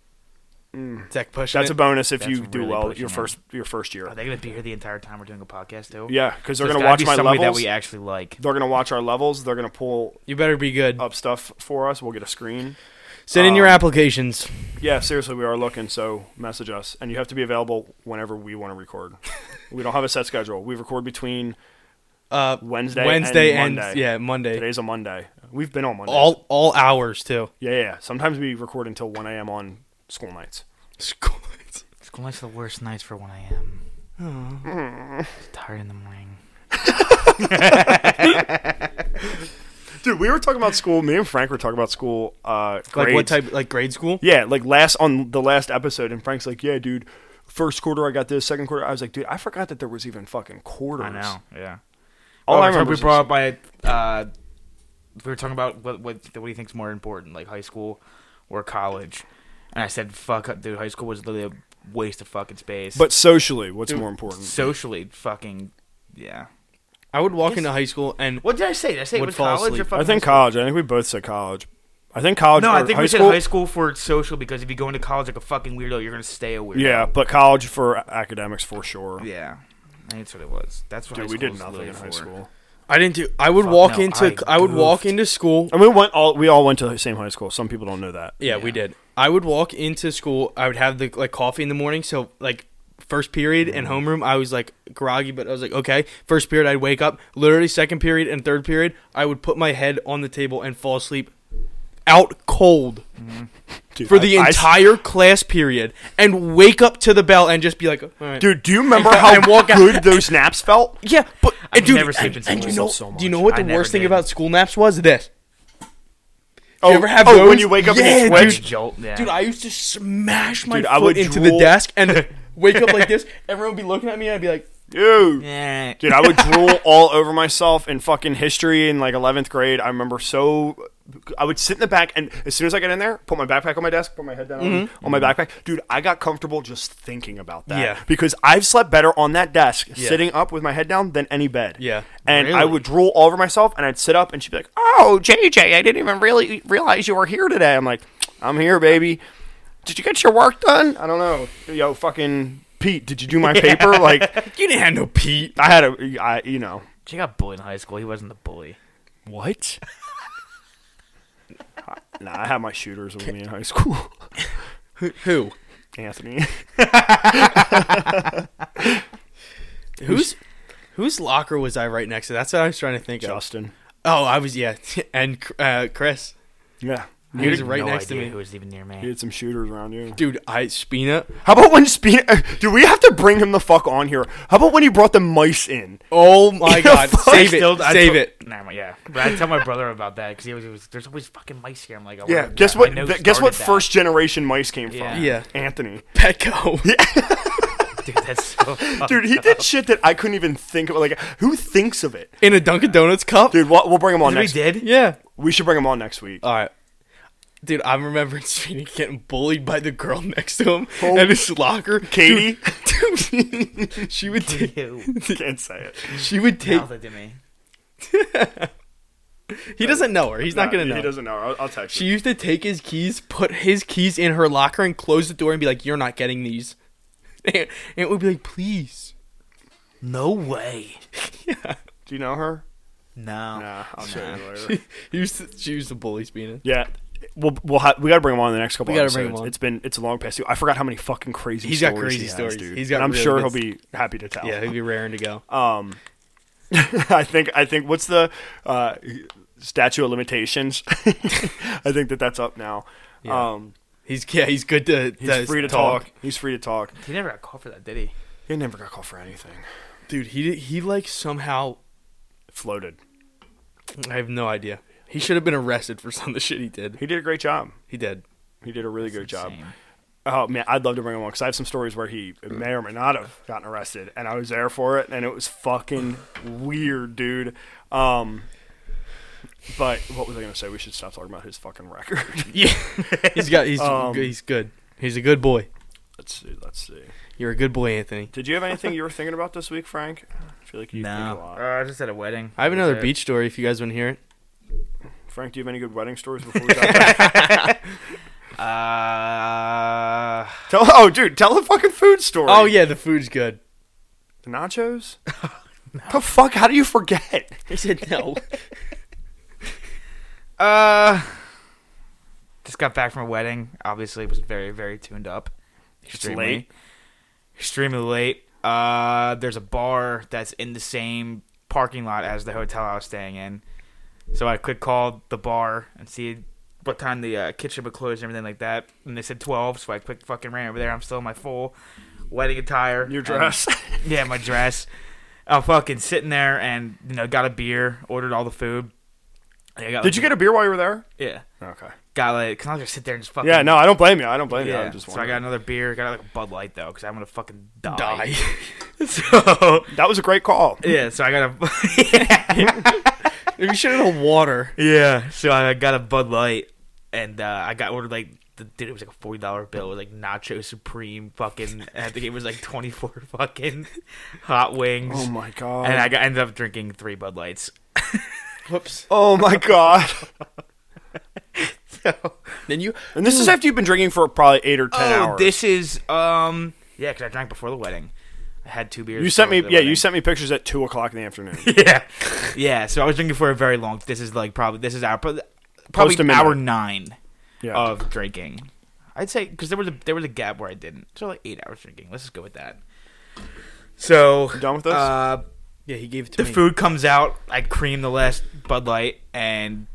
Speaker 1: Mm.
Speaker 2: Tech push.
Speaker 1: That's a bonus if
Speaker 3: That's
Speaker 1: you do
Speaker 3: really
Speaker 1: well
Speaker 3: pushing
Speaker 1: your
Speaker 3: it.
Speaker 1: first your first year.
Speaker 3: Are they gonna be here the entire time we're doing a podcast too?
Speaker 1: Yeah, because they're
Speaker 3: There's
Speaker 1: gonna
Speaker 3: gotta
Speaker 1: watch
Speaker 3: be
Speaker 1: my
Speaker 3: somebody
Speaker 1: levels.
Speaker 3: that we actually like.
Speaker 1: They're gonna watch our levels. They're gonna pull
Speaker 2: you better be good.
Speaker 1: up stuff for us. We'll get a screen.
Speaker 2: Send in your
Speaker 1: um,
Speaker 2: applications.
Speaker 1: Yeah, seriously, we are looking. So message us, and you have to be available whenever we want to
Speaker 2: (laughs)
Speaker 1: record. we don't have a set schedule. We record between
Speaker 2: Uh,
Speaker 1: Wednesday,
Speaker 2: Wednesday
Speaker 1: and
Speaker 2: and,
Speaker 1: Monday.
Speaker 2: yeah, Monday.
Speaker 1: Today's a Monday. We've been on Monday.
Speaker 2: all all hours too.
Speaker 1: yeah, yeah, yeah. Sometimes we record until 1 a.m. on school nights.
Speaker 2: (laughs)
Speaker 3: School nights are the worst nights for 1 a.m.
Speaker 2: Aw.
Speaker 3: It's tired in the morning.
Speaker 1: Dude, we were talking about school. Me and Frank were talking about school. Uh,
Speaker 2: like what
Speaker 1: grades.
Speaker 2: type? Like grade school?
Speaker 1: Yeah, like last on the last episode, and Frank's like, "Yeah, dude, first quarter I got this, second quarter I was like, dude, I forgot that there was even fucking quarters."
Speaker 3: I know. Yeah.
Speaker 1: All
Speaker 3: Oh,
Speaker 1: I
Speaker 3: so
Speaker 1: remember
Speaker 3: we
Speaker 1: is-
Speaker 3: brought up by uh, we were talking about what what what do you think's more important, like high school or college? And I said, "Fuck, up, dude, high school was literally a waste of fucking space."
Speaker 1: But socially, what's more important?
Speaker 3: socially, fucking, yeah.
Speaker 2: I would walk
Speaker 3: Yes.
Speaker 2: into high school and
Speaker 3: What did I say? Did I say it
Speaker 2: Would
Speaker 3: was
Speaker 2: fall
Speaker 3: college or
Speaker 2: asleep.
Speaker 3: fucking?
Speaker 1: I think
Speaker 3: high
Speaker 1: college. I think we both said college. I think college.
Speaker 3: school? No, I
Speaker 1: or
Speaker 3: think
Speaker 1: high
Speaker 3: we said
Speaker 1: school,
Speaker 3: high school for social because if you go into college like a fucking weirdo, you're gonna stay a weirdo.
Speaker 1: Yeah, but college for a- academics for sure.
Speaker 3: Yeah. I think that's what it was. That's what
Speaker 1: Dude,
Speaker 3: high
Speaker 1: we
Speaker 3: school
Speaker 1: did
Speaker 3: was
Speaker 1: nothing
Speaker 3: literally
Speaker 1: in high
Speaker 3: for.
Speaker 1: school.
Speaker 2: I didn't do. I would
Speaker 3: Fuck,
Speaker 2: walk
Speaker 3: no,
Speaker 2: into.
Speaker 3: I
Speaker 2: I, would walk
Speaker 3: goofed.
Speaker 2: into school.
Speaker 1: And we went all. We all went to the same high school. Some people don't know that.
Speaker 2: Yeah, we
Speaker 3: Yeah.
Speaker 2: did. I would walk into school. I would have the like coffee in the morning. So like first period and homeroom, I was like groggy, but I was like okay. First period, I'd wake up. Literally second period and third period, I would put my head on the table and fall asleep, out cold
Speaker 1: Dude,
Speaker 2: for
Speaker 1: I-
Speaker 2: the
Speaker 1: I-
Speaker 2: entire class period, and wake up to the bell and just be like, all right.
Speaker 1: dude, do you
Speaker 2: (laughs)
Speaker 1: remember how good those naps felt?
Speaker 2: Yeah, but
Speaker 3: I
Speaker 2: and dude,
Speaker 3: never sleep
Speaker 2: and-
Speaker 3: in
Speaker 2: and
Speaker 3: school
Speaker 2: you know,
Speaker 1: so
Speaker 2: do you
Speaker 1: much.
Speaker 2: know what
Speaker 3: I
Speaker 2: the
Speaker 3: never
Speaker 2: worst thing
Speaker 3: did.
Speaker 2: about school naps was? This. You
Speaker 1: Oh,
Speaker 2: ever have
Speaker 1: oh, when
Speaker 2: those?
Speaker 1: you wake up and
Speaker 2: Yeah,
Speaker 1: you switch.
Speaker 2: dude.
Speaker 3: Jolt, yeah.
Speaker 2: Dude, I used to smash my
Speaker 1: Dude, I
Speaker 2: foot
Speaker 1: would
Speaker 2: into
Speaker 1: drool.
Speaker 2: the desk and wake up like this. Everyone would be looking at me and I'd be like,
Speaker 1: Dude.
Speaker 3: Yeah.
Speaker 1: Dude, I would
Speaker 2: (laughs)
Speaker 1: drool all over myself in fucking history in like 11th grade. I remember so. I would sit in the back, and as soon as I got in there, put my backpack on my desk, put my head down on- on my backpack. Dude, I got comfortable just thinking about that.
Speaker 2: Mm-hmm. Yeah.
Speaker 1: Because I've slept better on that desk, sitting up with my head down, than any bed.
Speaker 2: Yeah.
Speaker 1: And I
Speaker 2: Really?
Speaker 1: would drool all over myself, and I'd sit up, and she'd be like, Oh, JJ, I didn't even really realize you were here today. I'm like, I'm here, baby. Did you get your work done? I don't know. Yo, fucking Pete, did you do
Speaker 2: (laughs)
Speaker 1: my paper? Like,
Speaker 2: You didn't have no Pete.
Speaker 1: I had a, I, you know.
Speaker 3: She got bullied in high school. He wasn't the bully.
Speaker 1: What? nah, I had my shooters with me in high school. (laughs)
Speaker 2: Who?
Speaker 1: Anthony.
Speaker 2: Who's whose locker was I right next to? That's what I was trying to think of.
Speaker 1: Justin.
Speaker 2: Oh, I was yeah, (laughs) and uh, Chris.
Speaker 1: Yeah.
Speaker 3: I
Speaker 2: He was
Speaker 3: had
Speaker 2: right
Speaker 3: no
Speaker 2: next to
Speaker 3: idea
Speaker 2: me.
Speaker 3: Who was even near
Speaker 1: You
Speaker 3: me?
Speaker 1: had some shooters around you.
Speaker 2: Dude, I Spina.
Speaker 1: How about when Speed? Do we have to bring him the fuck on here? How about when he brought the mice in?
Speaker 2: Oh my god,
Speaker 1: fuck?
Speaker 2: save it,
Speaker 3: Still- I
Speaker 2: save
Speaker 3: to-
Speaker 2: it.
Speaker 3: Nah, yeah. But I tell my brother about that because he always was, there's always fucking mice here. I'm like, I
Speaker 1: Yeah.
Speaker 3: wonder-
Speaker 1: Guess
Speaker 3: I
Speaker 1: what?
Speaker 3: know
Speaker 1: th-
Speaker 3: who
Speaker 1: guess what?
Speaker 3: started that.
Speaker 1: First generation mice came from.
Speaker 3: Yeah.
Speaker 2: Yeah,
Speaker 1: Anthony.
Speaker 2: Petco.
Speaker 3: (laughs) dude, that's
Speaker 2: (laughs)
Speaker 3: so. fucked
Speaker 1: Dude, he
Speaker 3: up.
Speaker 1: did shit that I couldn't even think of. Like, who thinks of it?
Speaker 2: In a Dunkin' Donuts cup.
Speaker 1: Dude, we'll, we'll bring him on
Speaker 3: We
Speaker 1: next.
Speaker 3: did.
Speaker 2: Yeah.
Speaker 1: We should bring him on next (laughs) week.
Speaker 2: All right. Dude, I (laughs) remember Spina getting bullied by the girl next to him at his locker.
Speaker 1: Oh. Katie?
Speaker 2: Dude, dude, (laughs) she would take
Speaker 3: Ew.
Speaker 1: Can't say it.
Speaker 2: She would take.
Speaker 3: Mouth it to me.
Speaker 2: He doesn't know her. He's not
Speaker 1: Nah,
Speaker 2: gonna
Speaker 1: He
Speaker 2: know.
Speaker 1: doesn't know. I'll, I'll text
Speaker 2: She
Speaker 1: him.
Speaker 2: used to take his keys, put his keys in her locker, and close the door and be like, "You're not getting these." (laughs) And it would be like, "Please." (laughs)
Speaker 3: No way.
Speaker 1: Do you know her?
Speaker 3: No.
Speaker 1: Nah, I'll show
Speaker 3: Nah.
Speaker 1: you later.
Speaker 2: She used to, she used to bully Spina.
Speaker 1: Yeah, we'll we'll ha- we got to bring him on in the next couple.
Speaker 2: We gotta
Speaker 1: episodes.
Speaker 2: bring him on.
Speaker 1: It's been it's a long past due. I forgot how many fucking crazy.
Speaker 2: He's got
Speaker 1: stories
Speaker 2: crazy
Speaker 1: he has,
Speaker 2: stories.
Speaker 1: dude.
Speaker 2: He's got
Speaker 1: And I'm
Speaker 2: really
Speaker 1: sure
Speaker 2: good
Speaker 1: he'll
Speaker 2: s-
Speaker 1: be happy to tell.
Speaker 2: Yeah, he'd be raring to go.
Speaker 1: Um, (laughs) I think I think what's the uh, statute of limitations? (laughs) I think that that's up now.
Speaker 2: Yeah.
Speaker 1: Um,
Speaker 2: He's yeah, he's good to.
Speaker 1: he's free to talk. He's free to talk.
Speaker 3: He never got caught for that, did he?
Speaker 1: He never got called for anything.
Speaker 2: Dude, he he like somehow
Speaker 1: Floated.
Speaker 2: I have no idea. He should have been arrested for (laughs) some of the shit he did.
Speaker 1: He did a great job.
Speaker 2: He did.
Speaker 1: He did a really good job. Oh man, I'd love to bring him on because I have some stories where he may or may not have gotten arrested, and I was there for it, and it was fucking weird, dude. Um, but what was I gonna say? We should stop talking about his fucking record. (laughs)
Speaker 2: Yeah. he's got (laughs) he's
Speaker 1: Um,
Speaker 2: he's good. He's a good boy.
Speaker 1: let's see. Let's see.
Speaker 2: You're a good boy, Anthony.
Speaker 1: Did you have anything you were thinking about this week, Frank? I feel like you think a
Speaker 3: No, uh,
Speaker 1: lot.
Speaker 3: I was just at a wedding.
Speaker 2: I have
Speaker 3: That's
Speaker 2: another
Speaker 3: it.
Speaker 2: beach story if you guys want to hear it.
Speaker 1: Frank, do you have any good wedding stories before we dive in?
Speaker 3: Uh,
Speaker 1: tell? Oh, dude, tell the fucking food story.
Speaker 2: Oh yeah, the food's good.
Speaker 1: the nachos. The fuck? How do you forget?
Speaker 2: (laughs) He said no.
Speaker 3: uh, just got back from a wedding. Obviously, was very very tuned up. Extremely
Speaker 1: late.
Speaker 3: Extremely late. Uh, there's a bar that's in the same parking lot as the hotel I was staying in. So I quick called the bar and see what time the uh, kitchen would close and everything like that. And they said 12, so I quick fucking ran over there. I'm still in my full wedding attire.
Speaker 1: Your
Speaker 3: and-
Speaker 1: dress.
Speaker 3: (laughs) yeah, my dress. I'm fucking sitting there and, you know, got a beer, ordered all the food. And I
Speaker 1: (laughs)
Speaker 3: got,
Speaker 1: Did you
Speaker 3: like,
Speaker 1: get a beer while you were there?
Speaker 3: Yeah.
Speaker 1: Okay.
Speaker 3: Got like, cause I'll just sit there and just fucking.
Speaker 1: Yeah, no, I don't blame you. I don't blame you.
Speaker 3: Yeah.
Speaker 1: I'm just
Speaker 3: so I got
Speaker 1: wondering.
Speaker 3: another beer, got like a Bud Light though, cause I'm gonna fucking die.
Speaker 2: Die.
Speaker 1: (laughs)
Speaker 3: (laughs) so
Speaker 1: that was a great call.
Speaker 3: yeah, so I got (laughs) a
Speaker 2: (laughs) you should have had water.
Speaker 3: yeah, so I got a Bud Light, and uh, I got ordered like the dude. It was like a forty dollar bill. It was like Nacho Supreme fucking. and I think it was like twenty four (laughs) fucking hot wings.
Speaker 1: Oh my god.
Speaker 3: and I got, ended up drinking three Bud Lights.
Speaker 2: Whoops.
Speaker 1: oh my (laughs) god.
Speaker 3: so,
Speaker 2: Then you
Speaker 1: And this is after you've been drinking for probably eight or ten
Speaker 3: oh,
Speaker 1: hours.
Speaker 3: this is um yeah, because I drank before the wedding. I had two beers.
Speaker 1: you sent me,
Speaker 3: before the
Speaker 1: yeah, you
Speaker 3: wedding.
Speaker 1: sent me pictures at two o'clock in the
Speaker 3: (laughs)
Speaker 1: afternoon. (laughs)
Speaker 3: yeah, yeah. So I was drinking for a very long. This is like probably this is our probably
Speaker 1: to midnight.
Speaker 3: hour nine
Speaker 1: Yeah.
Speaker 3: of drinking. I'd say because there was a there was a gap where I didn't. So like eight hours drinking. Let's just go with that. So
Speaker 1: done with this?
Speaker 3: Uh,
Speaker 2: Yeah, he gave it to
Speaker 3: the
Speaker 2: me.
Speaker 3: food comes out. I cream the last Bud Light and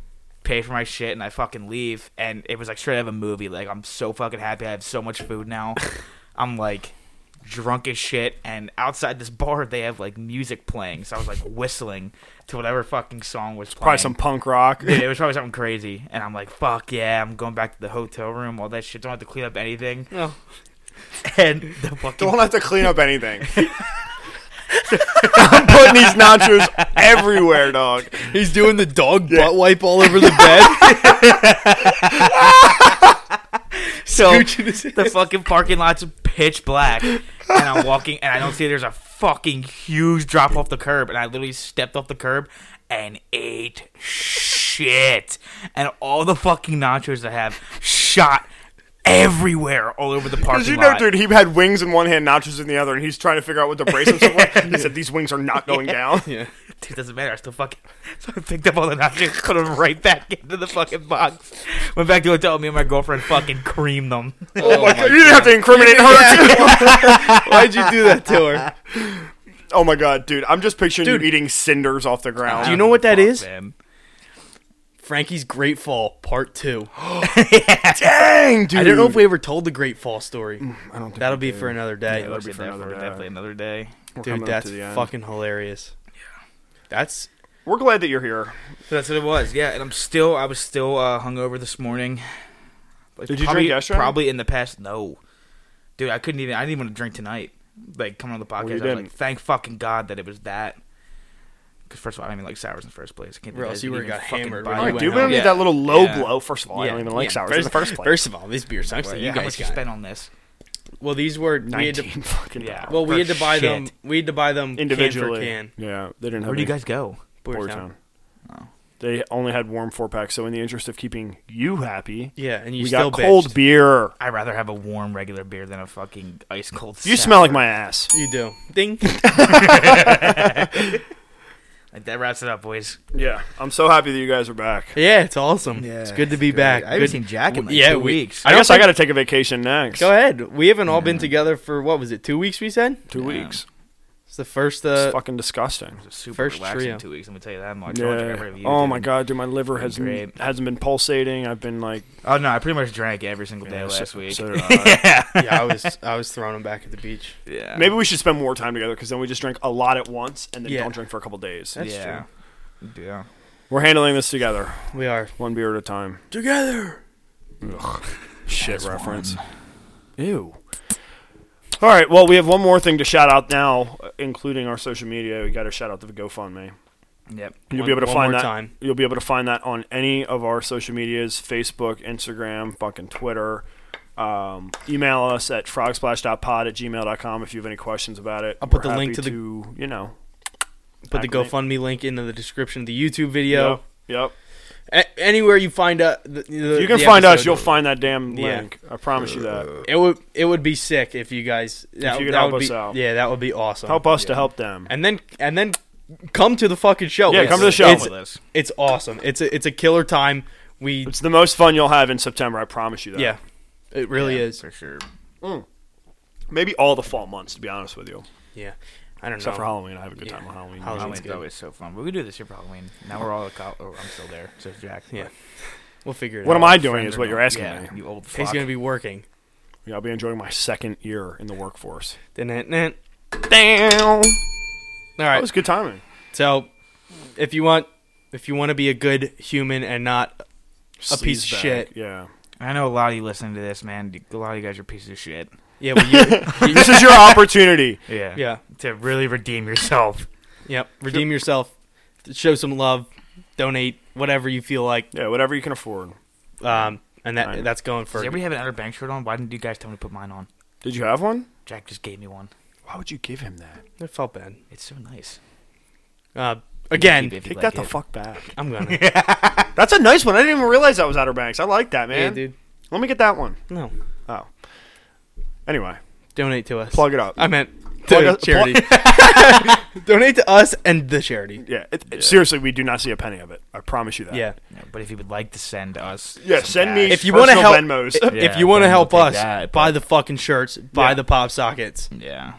Speaker 3: pay for my shit, and I fucking leave. And it was like straight out of a movie. Like I'm so fucking happy. I have so much food
Speaker 1: (laughs)
Speaker 3: now. I'm like drunk as shit. And outside this bar, they have like music playing. So I was like whistling to whatever fucking song was
Speaker 1: probably
Speaker 3: playing. (laughs)
Speaker 1: some punk rock.
Speaker 3: Dude, it was probably something crazy, and I'm like, "Fuck yeah!" I'm going back to the hotel room. All that shit. Don't have to clean up anything. (laughs)
Speaker 2: No.
Speaker 3: And the
Speaker 1: (laughs)
Speaker 3: fucking
Speaker 1: Don't have to clean up
Speaker 3: (laughs)
Speaker 1: anything. I'm putting these nachos everywhere, dog.
Speaker 2: (laughs) He's doing the dog butt wipe all over the (laughs) bed.
Speaker 3: so
Speaker 2: Scooching (laughs) his
Speaker 3: the fucking parking lot's pitch black, and I'm walking, and I don't see there's a fucking huge drop off the curb, and I literally stepped off the curb and ate shit, and all the fucking nachos I have shot everywhere, all over the parking
Speaker 1: Because you know,
Speaker 3: lot.
Speaker 1: dude, he had wings in one hand, nachos in the other, and he's trying to figure out what to brace himself
Speaker 3: (laughs)
Speaker 1: with. He said, These wings are not going down.
Speaker 2: yeah.
Speaker 3: Dude, doesn't matter. I still fucking. (laughs) So I picked up all the nachos, put them right back into the fucking box. Went back to the hotel. Me and my girlfriend fucking creamed them.
Speaker 1: Oh my God, You didn't have to
Speaker 3: (laughs)
Speaker 1: incriminate her. too.
Speaker 2: Why'd you do that to (laughs) her?
Speaker 1: Oh my god, dude! I'm just picturing
Speaker 2: Dude.
Speaker 1: you eating cinders off the ground.
Speaker 2: Do you know what that
Speaker 3: Fuck,
Speaker 2: is?
Speaker 3: man.
Speaker 2: Frankie's Great Fall Part Two.
Speaker 1: (laughs) Dang, dude!
Speaker 2: I don't know if we ever told the Great Fall story.
Speaker 1: I don't think
Speaker 2: That'll be for another day.
Speaker 3: Yeah, we'll
Speaker 1: be
Speaker 3: save
Speaker 1: for
Speaker 3: that
Speaker 1: another
Speaker 3: for
Speaker 1: day.
Speaker 3: definitely another day.
Speaker 1: we're coming
Speaker 2: Dude,
Speaker 1: up
Speaker 2: that's
Speaker 1: to the end.
Speaker 2: fucking hilarious. Yeah. That's
Speaker 1: We're glad that you're here.
Speaker 3: So that's what it was. Yeah, and I'm still I was still uh, hungover this morning. Like,
Speaker 1: Did you
Speaker 3: probably-
Speaker 1: drink yesterday?
Speaker 3: Probably in the past. No, dude, I couldn't even. I didn't even want to drink tonight. Like coming on the podcast,
Speaker 1: you
Speaker 3: I was
Speaker 1: didn't.
Speaker 3: like, thank fucking god that it was that. Because first of all, I don't even like sours in the first place. I can't.
Speaker 2: Or else you would've got hammered when
Speaker 1: All
Speaker 2: you
Speaker 1: right,
Speaker 2: went
Speaker 1: dude, we don't
Speaker 2: home.
Speaker 1: need
Speaker 3: Yeah.
Speaker 1: that little low
Speaker 3: Yeah.
Speaker 1: blow. First of all, Oh, I
Speaker 3: Yeah.
Speaker 1: don't even like
Speaker 3: Yeah.
Speaker 1: sours in
Speaker 2: first,
Speaker 1: the first place.
Speaker 2: first of all, these beer sucks that you
Speaker 3: You How
Speaker 2: guys
Speaker 3: much you
Speaker 2: got.
Speaker 3: spent on this?
Speaker 2: well, these were we had to,
Speaker 1: nineteen (laughs) fucking
Speaker 3: Yeah.
Speaker 1: dollars.
Speaker 2: well we had
Speaker 3: For
Speaker 2: to buy them.
Speaker 3: shit.
Speaker 2: We had to buy them
Speaker 1: individually.
Speaker 2: Can for
Speaker 1: Yeah, they didn't have.
Speaker 3: Where do you
Speaker 1: any
Speaker 3: guys go?
Speaker 2: can.
Speaker 1: Boyertown.
Speaker 2: Boyertown.
Speaker 1: They only had warm four packs. So in the interest of keeping you happy,
Speaker 2: Yeah, and you
Speaker 1: we
Speaker 2: still
Speaker 1: got cold
Speaker 2: bitched.
Speaker 1: beer.
Speaker 3: I'd rather have a warm regular beer than a fucking ice cold.
Speaker 1: You
Speaker 3: sour.
Speaker 1: smell like my ass.
Speaker 2: You do. Ding.
Speaker 3: Like, that wraps it up, boys.
Speaker 1: Yeah, I'm so happy that you guys are back.
Speaker 2: yeah, it's awesome. Yeah, it's good to be back.
Speaker 3: I haven't
Speaker 2: Good-
Speaker 3: seen Jack in like
Speaker 2: yeah,
Speaker 3: two
Speaker 2: we-
Speaker 3: weeks.
Speaker 1: I,
Speaker 2: don't
Speaker 1: guess I
Speaker 2: think-
Speaker 1: got to take a vacation next.
Speaker 2: Go ahead. We haven't all been together for what was it? Two weeks? We said.
Speaker 1: Two weeks.
Speaker 2: It's the first.
Speaker 1: It's
Speaker 2: Uh,
Speaker 1: fucking disgusting.
Speaker 3: It was super
Speaker 2: First
Speaker 3: relaxing
Speaker 2: trio.
Speaker 3: two weeks. Let me tell you that much. I don't think I
Speaker 1: Yeah.
Speaker 3: ever have
Speaker 1: Oh
Speaker 3: used
Speaker 1: my
Speaker 3: it.
Speaker 1: god, dude, my liver
Speaker 3: Been
Speaker 1: hasn't
Speaker 3: great.
Speaker 1: hasn't been pulsating. I've been like
Speaker 3: Oh no, I pretty much drank every single day
Speaker 1: Yeah,
Speaker 3: last
Speaker 1: so-
Speaker 3: week.
Speaker 1: so
Speaker 3: (laughs)
Speaker 1: uh, did I.
Speaker 2: yeah,
Speaker 1: (laughs)
Speaker 2: I was I was throwing them back at the beach.
Speaker 3: yeah.
Speaker 1: Maybe we should spend more time together because then we just drink a lot at once and then
Speaker 2: Yeah.
Speaker 1: don't drink for a couple days.
Speaker 2: That's
Speaker 3: yeah. Yeah.
Speaker 1: We're handling this together,
Speaker 2: true. We are
Speaker 1: one beer at a time.
Speaker 2: together.
Speaker 1: Shit reference. Ew. All right. Well, we have one more thing to shout out now, uh, including our social media. We got to shout out the GoFundMe.
Speaker 3: Yep.
Speaker 1: You'll
Speaker 2: One-
Speaker 1: be able to
Speaker 2: one
Speaker 1: find
Speaker 2: more
Speaker 1: that.
Speaker 2: time.
Speaker 1: You'll be able to find that on any of our social medias: Facebook, Instagram, fucking Twitter. Um, email us at frogsplash.pod at gmail.com if you have any questions about it.
Speaker 2: I'll put
Speaker 1: We're
Speaker 2: the link
Speaker 1: happy
Speaker 2: to the-
Speaker 1: you know.
Speaker 2: Put the
Speaker 1: Acclimate.
Speaker 2: GoFundMe link in the description of the YouTube video.
Speaker 1: Yep.
Speaker 2: A- anywhere you find uh, the, the,
Speaker 1: If you can
Speaker 2: the
Speaker 1: find us,
Speaker 2: episode.
Speaker 1: you'll find that damn
Speaker 2: Yeah.
Speaker 1: link. I promise you that.
Speaker 2: It would it would be sick if you guys that,
Speaker 1: you could
Speaker 2: that
Speaker 1: help
Speaker 2: would
Speaker 1: us
Speaker 2: be,
Speaker 1: out.
Speaker 2: Yeah, that would be awesome.
Speaker 1: Help us to help them.
Speaker 2: and then and then come to the fucking show.
Speaker 1: Yeah,
Speaker 2: It's-
Speaker 1: come to the show.
Speaker 2: It's,
Speaker 3: With us.
Speaker 2: it's awesome. It's a it's a killer time. We
Speaker 1: It's the most fun you'll have in September. I promise you that.
Speaker 2: yeah, it really
Speaker 3: Yeah,
Speaker 2: is.
Speaker 3: for sure.
Speaker 1: Maybe all the fall months, to be honest with you.
Speaker 2: Yeah, I don't
Speaker 1: Except
Speaker 2: know.
Speaker 1: for Halloween. I have a good
Speaker 2: Yeah.
Speaker 1: time on Halloween.
Speaker 2: Halloween.
Speaker 3: Halloween's
Speaker 2: good.
Speaker 3: always so fun. But we do this year for Halloween. Now we're all. Co- oh, I'm still there. So is Jack.
Speaker 2: Yeah. We'll figure it
Speaker 1: What
Speaker 2: out.
Speaker 1: am I doing is
Speaker 3: Friends or
Speaker 1: what you're
Speaker 3: not.
Speaker 1: asking
Speaker 3: yeah,
Speaker 1: me.
Speaker 3: You old fuck.
Speaker 2: He's gonna be working.
Speaker 1: Yeah, I'll be enjoying my second year in the workforce.
Speaker 2: Dun-dun-dun.
Speaker 1: Damn.
Speaker 2: All
Speaker 1: That
Speaker 2: right.
Speaker 1: was good timing.
Speaker 2: So, if you want, if you want to be a good human and not, A piece of
Speaker 1: Sleazebag.
Speaker 2: shit.
Speaker 1: Yeah.
Speaker 3: I know a lot of you listening to this, man. A lot of you guys are pieces of shit.
Speaker 2: yeah,
Speaker 1: (laughs)
Speaker 2: well, you, you-
Speaker 1: This is (laughs) your opportunity.
Speaker 3: Yeah.
Speaker 2: yeah,
Speaker 3: To really
Speaker 1: (laughs)
Speaker 3: redeem yourself.
Speaker 2: yep. Redeem yourself, show some love, donate whatever you feel like,
Speaker 1: Yeah, whatever you can afford.
Speaker 2: um, and that
Speaker 1: Right.
Speaker 2: that's going
Speaker 3: Does
Speaker 2: for.
Speaker 3: everybody have an Outer Banks shirt on? Why didn't you guys tell me to put mine on?
Speaker 1: Did you have one?
Speaker 3: Jack just gave me one.
Speaker 1: Why would you give him that?
Speaker 2: It felt bad.
Speaker 3: It's so nice.
Speaker 2: Uh,
Speaker 3: Keep it
Speaker 2: again,
Speaker 3: if you
Speaker 1: Take
Speaker 3: like
Speaker 1: that the
Speaker 3: it.
Speaker 1: fuck back.
Speaker 2: I'm gonna.
Speaker 1: That's a nice one. I didn't even realize that was Outer Banks. I like that, man.
Speaker 2: Yeah, dude.
Speaker 1: Let me get that one.
Speaker 2: No,
Speaker 1: Anyway,
Speaker 2: donate to us.
Speaker 1: plug it up.
Speaker 2: I meant
Speaker 1: Plug
Speaker 2: to
Speaker 1: us-
Speaker 2: charity. (laughs) donate to us and the charity.
Speaker 1: yeah, it- it- Seriously, we do not see a penny of it. I promise you that.
Speaker 2: Yeah.
Speaker 3: No, but if you would like to send us,
Speaker 1: Yeah,
Speaker 3: some
Speaker 1: send
Speaker 3: cash-
Speaker 1: me-
Speaker 2: If you want to
Speaker 1: Personal
Speaker 2: help,
Speaker 1: Venmos.
Speaker 2: if- if
Speaker 3: Yeah,
Speaker 2: you want to
Speaker 3: then we'll
Speaker 2: help
Speaker 3: take
Speaker 2: us,
Speaker 3: that,
Speaker 2: buy
Speaker 3: but-
Speaker 2: the fucking shirts, buy
Speaker 1: Yeah.
Speaker 2: the pop sockets.
Speaker 3: Yeah.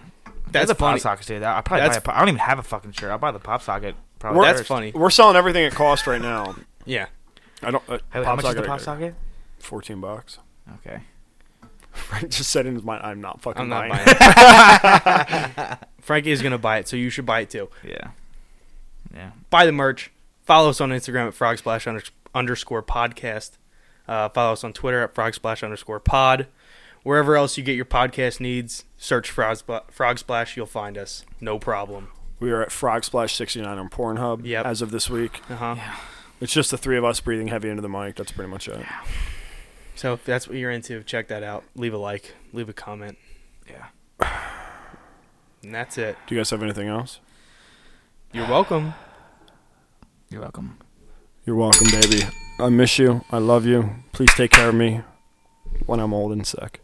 Speaker 2: That's
Speaker 3: the
Speaker 2: funny.
Speaker 3: pop socket today. I probably
Speaker 2: That's-
Speaker 3: buy a pop- I don't even have a fucking shirt. I'll buy the pop socket. Probably
Speaker 2: That's
Speaker 3: first.
Speaker 2: funny.
Speaker 1: We're selling everything at cost right now.
Speaker 2: Yeah.
Speaker 1: I don't. Uh,
Speaker 3: How, how
Speaker 1: Pop
Speaker 3: much is the
Speaker 1: Socket,
Speaker 3: pop
Speaker 1: uh,
Speaker 3: socket?
Speaker 1: Fourteen bucks. (laughs)
Speaker 3: Okay.
Speaker 1: Frank just said in his mind, "I'm not fucking
Speaker 2: I'm not
Speaker 1: buying."
Speaker 2: buying
Speaker 1: it."
Speaker 2: it. Frankie is going to buy it, so you should buy it too.
Speaker 3: Yeah. Yeah.
Speaker 2: Buy the merch. Follow us on Instagram at Frog Splash under, underscore podcast. Uh, follow us on Twitter at Frog Splash underscore pod. Wherever else you get your podcast needs, search Frog, Spla- Frog Splash. You'll find us. No problem.
Speaker 1: We are at Frog Splash 69 on Pornhub
Speaker 2: Yep.
Speaker 1: as of this week.
Speaker 2: Uh-huh.
Speaker 1: It's just the three of us breathing heavy into the mic. That's pretty much it.
Speaker 2: So if that's what you're into, check that out. Leave a like. Leave a comment.
Speaker 3: Yeah.
Speaker 2: And that's it.
Speaker 1: Do you guys have anything else?
Speaker 2: You're welcome.
Speaker 3: You're welcome.
Speaker 1: You're welcome, baby. I miss you. I love you. Please take care of me when I'm old and sick.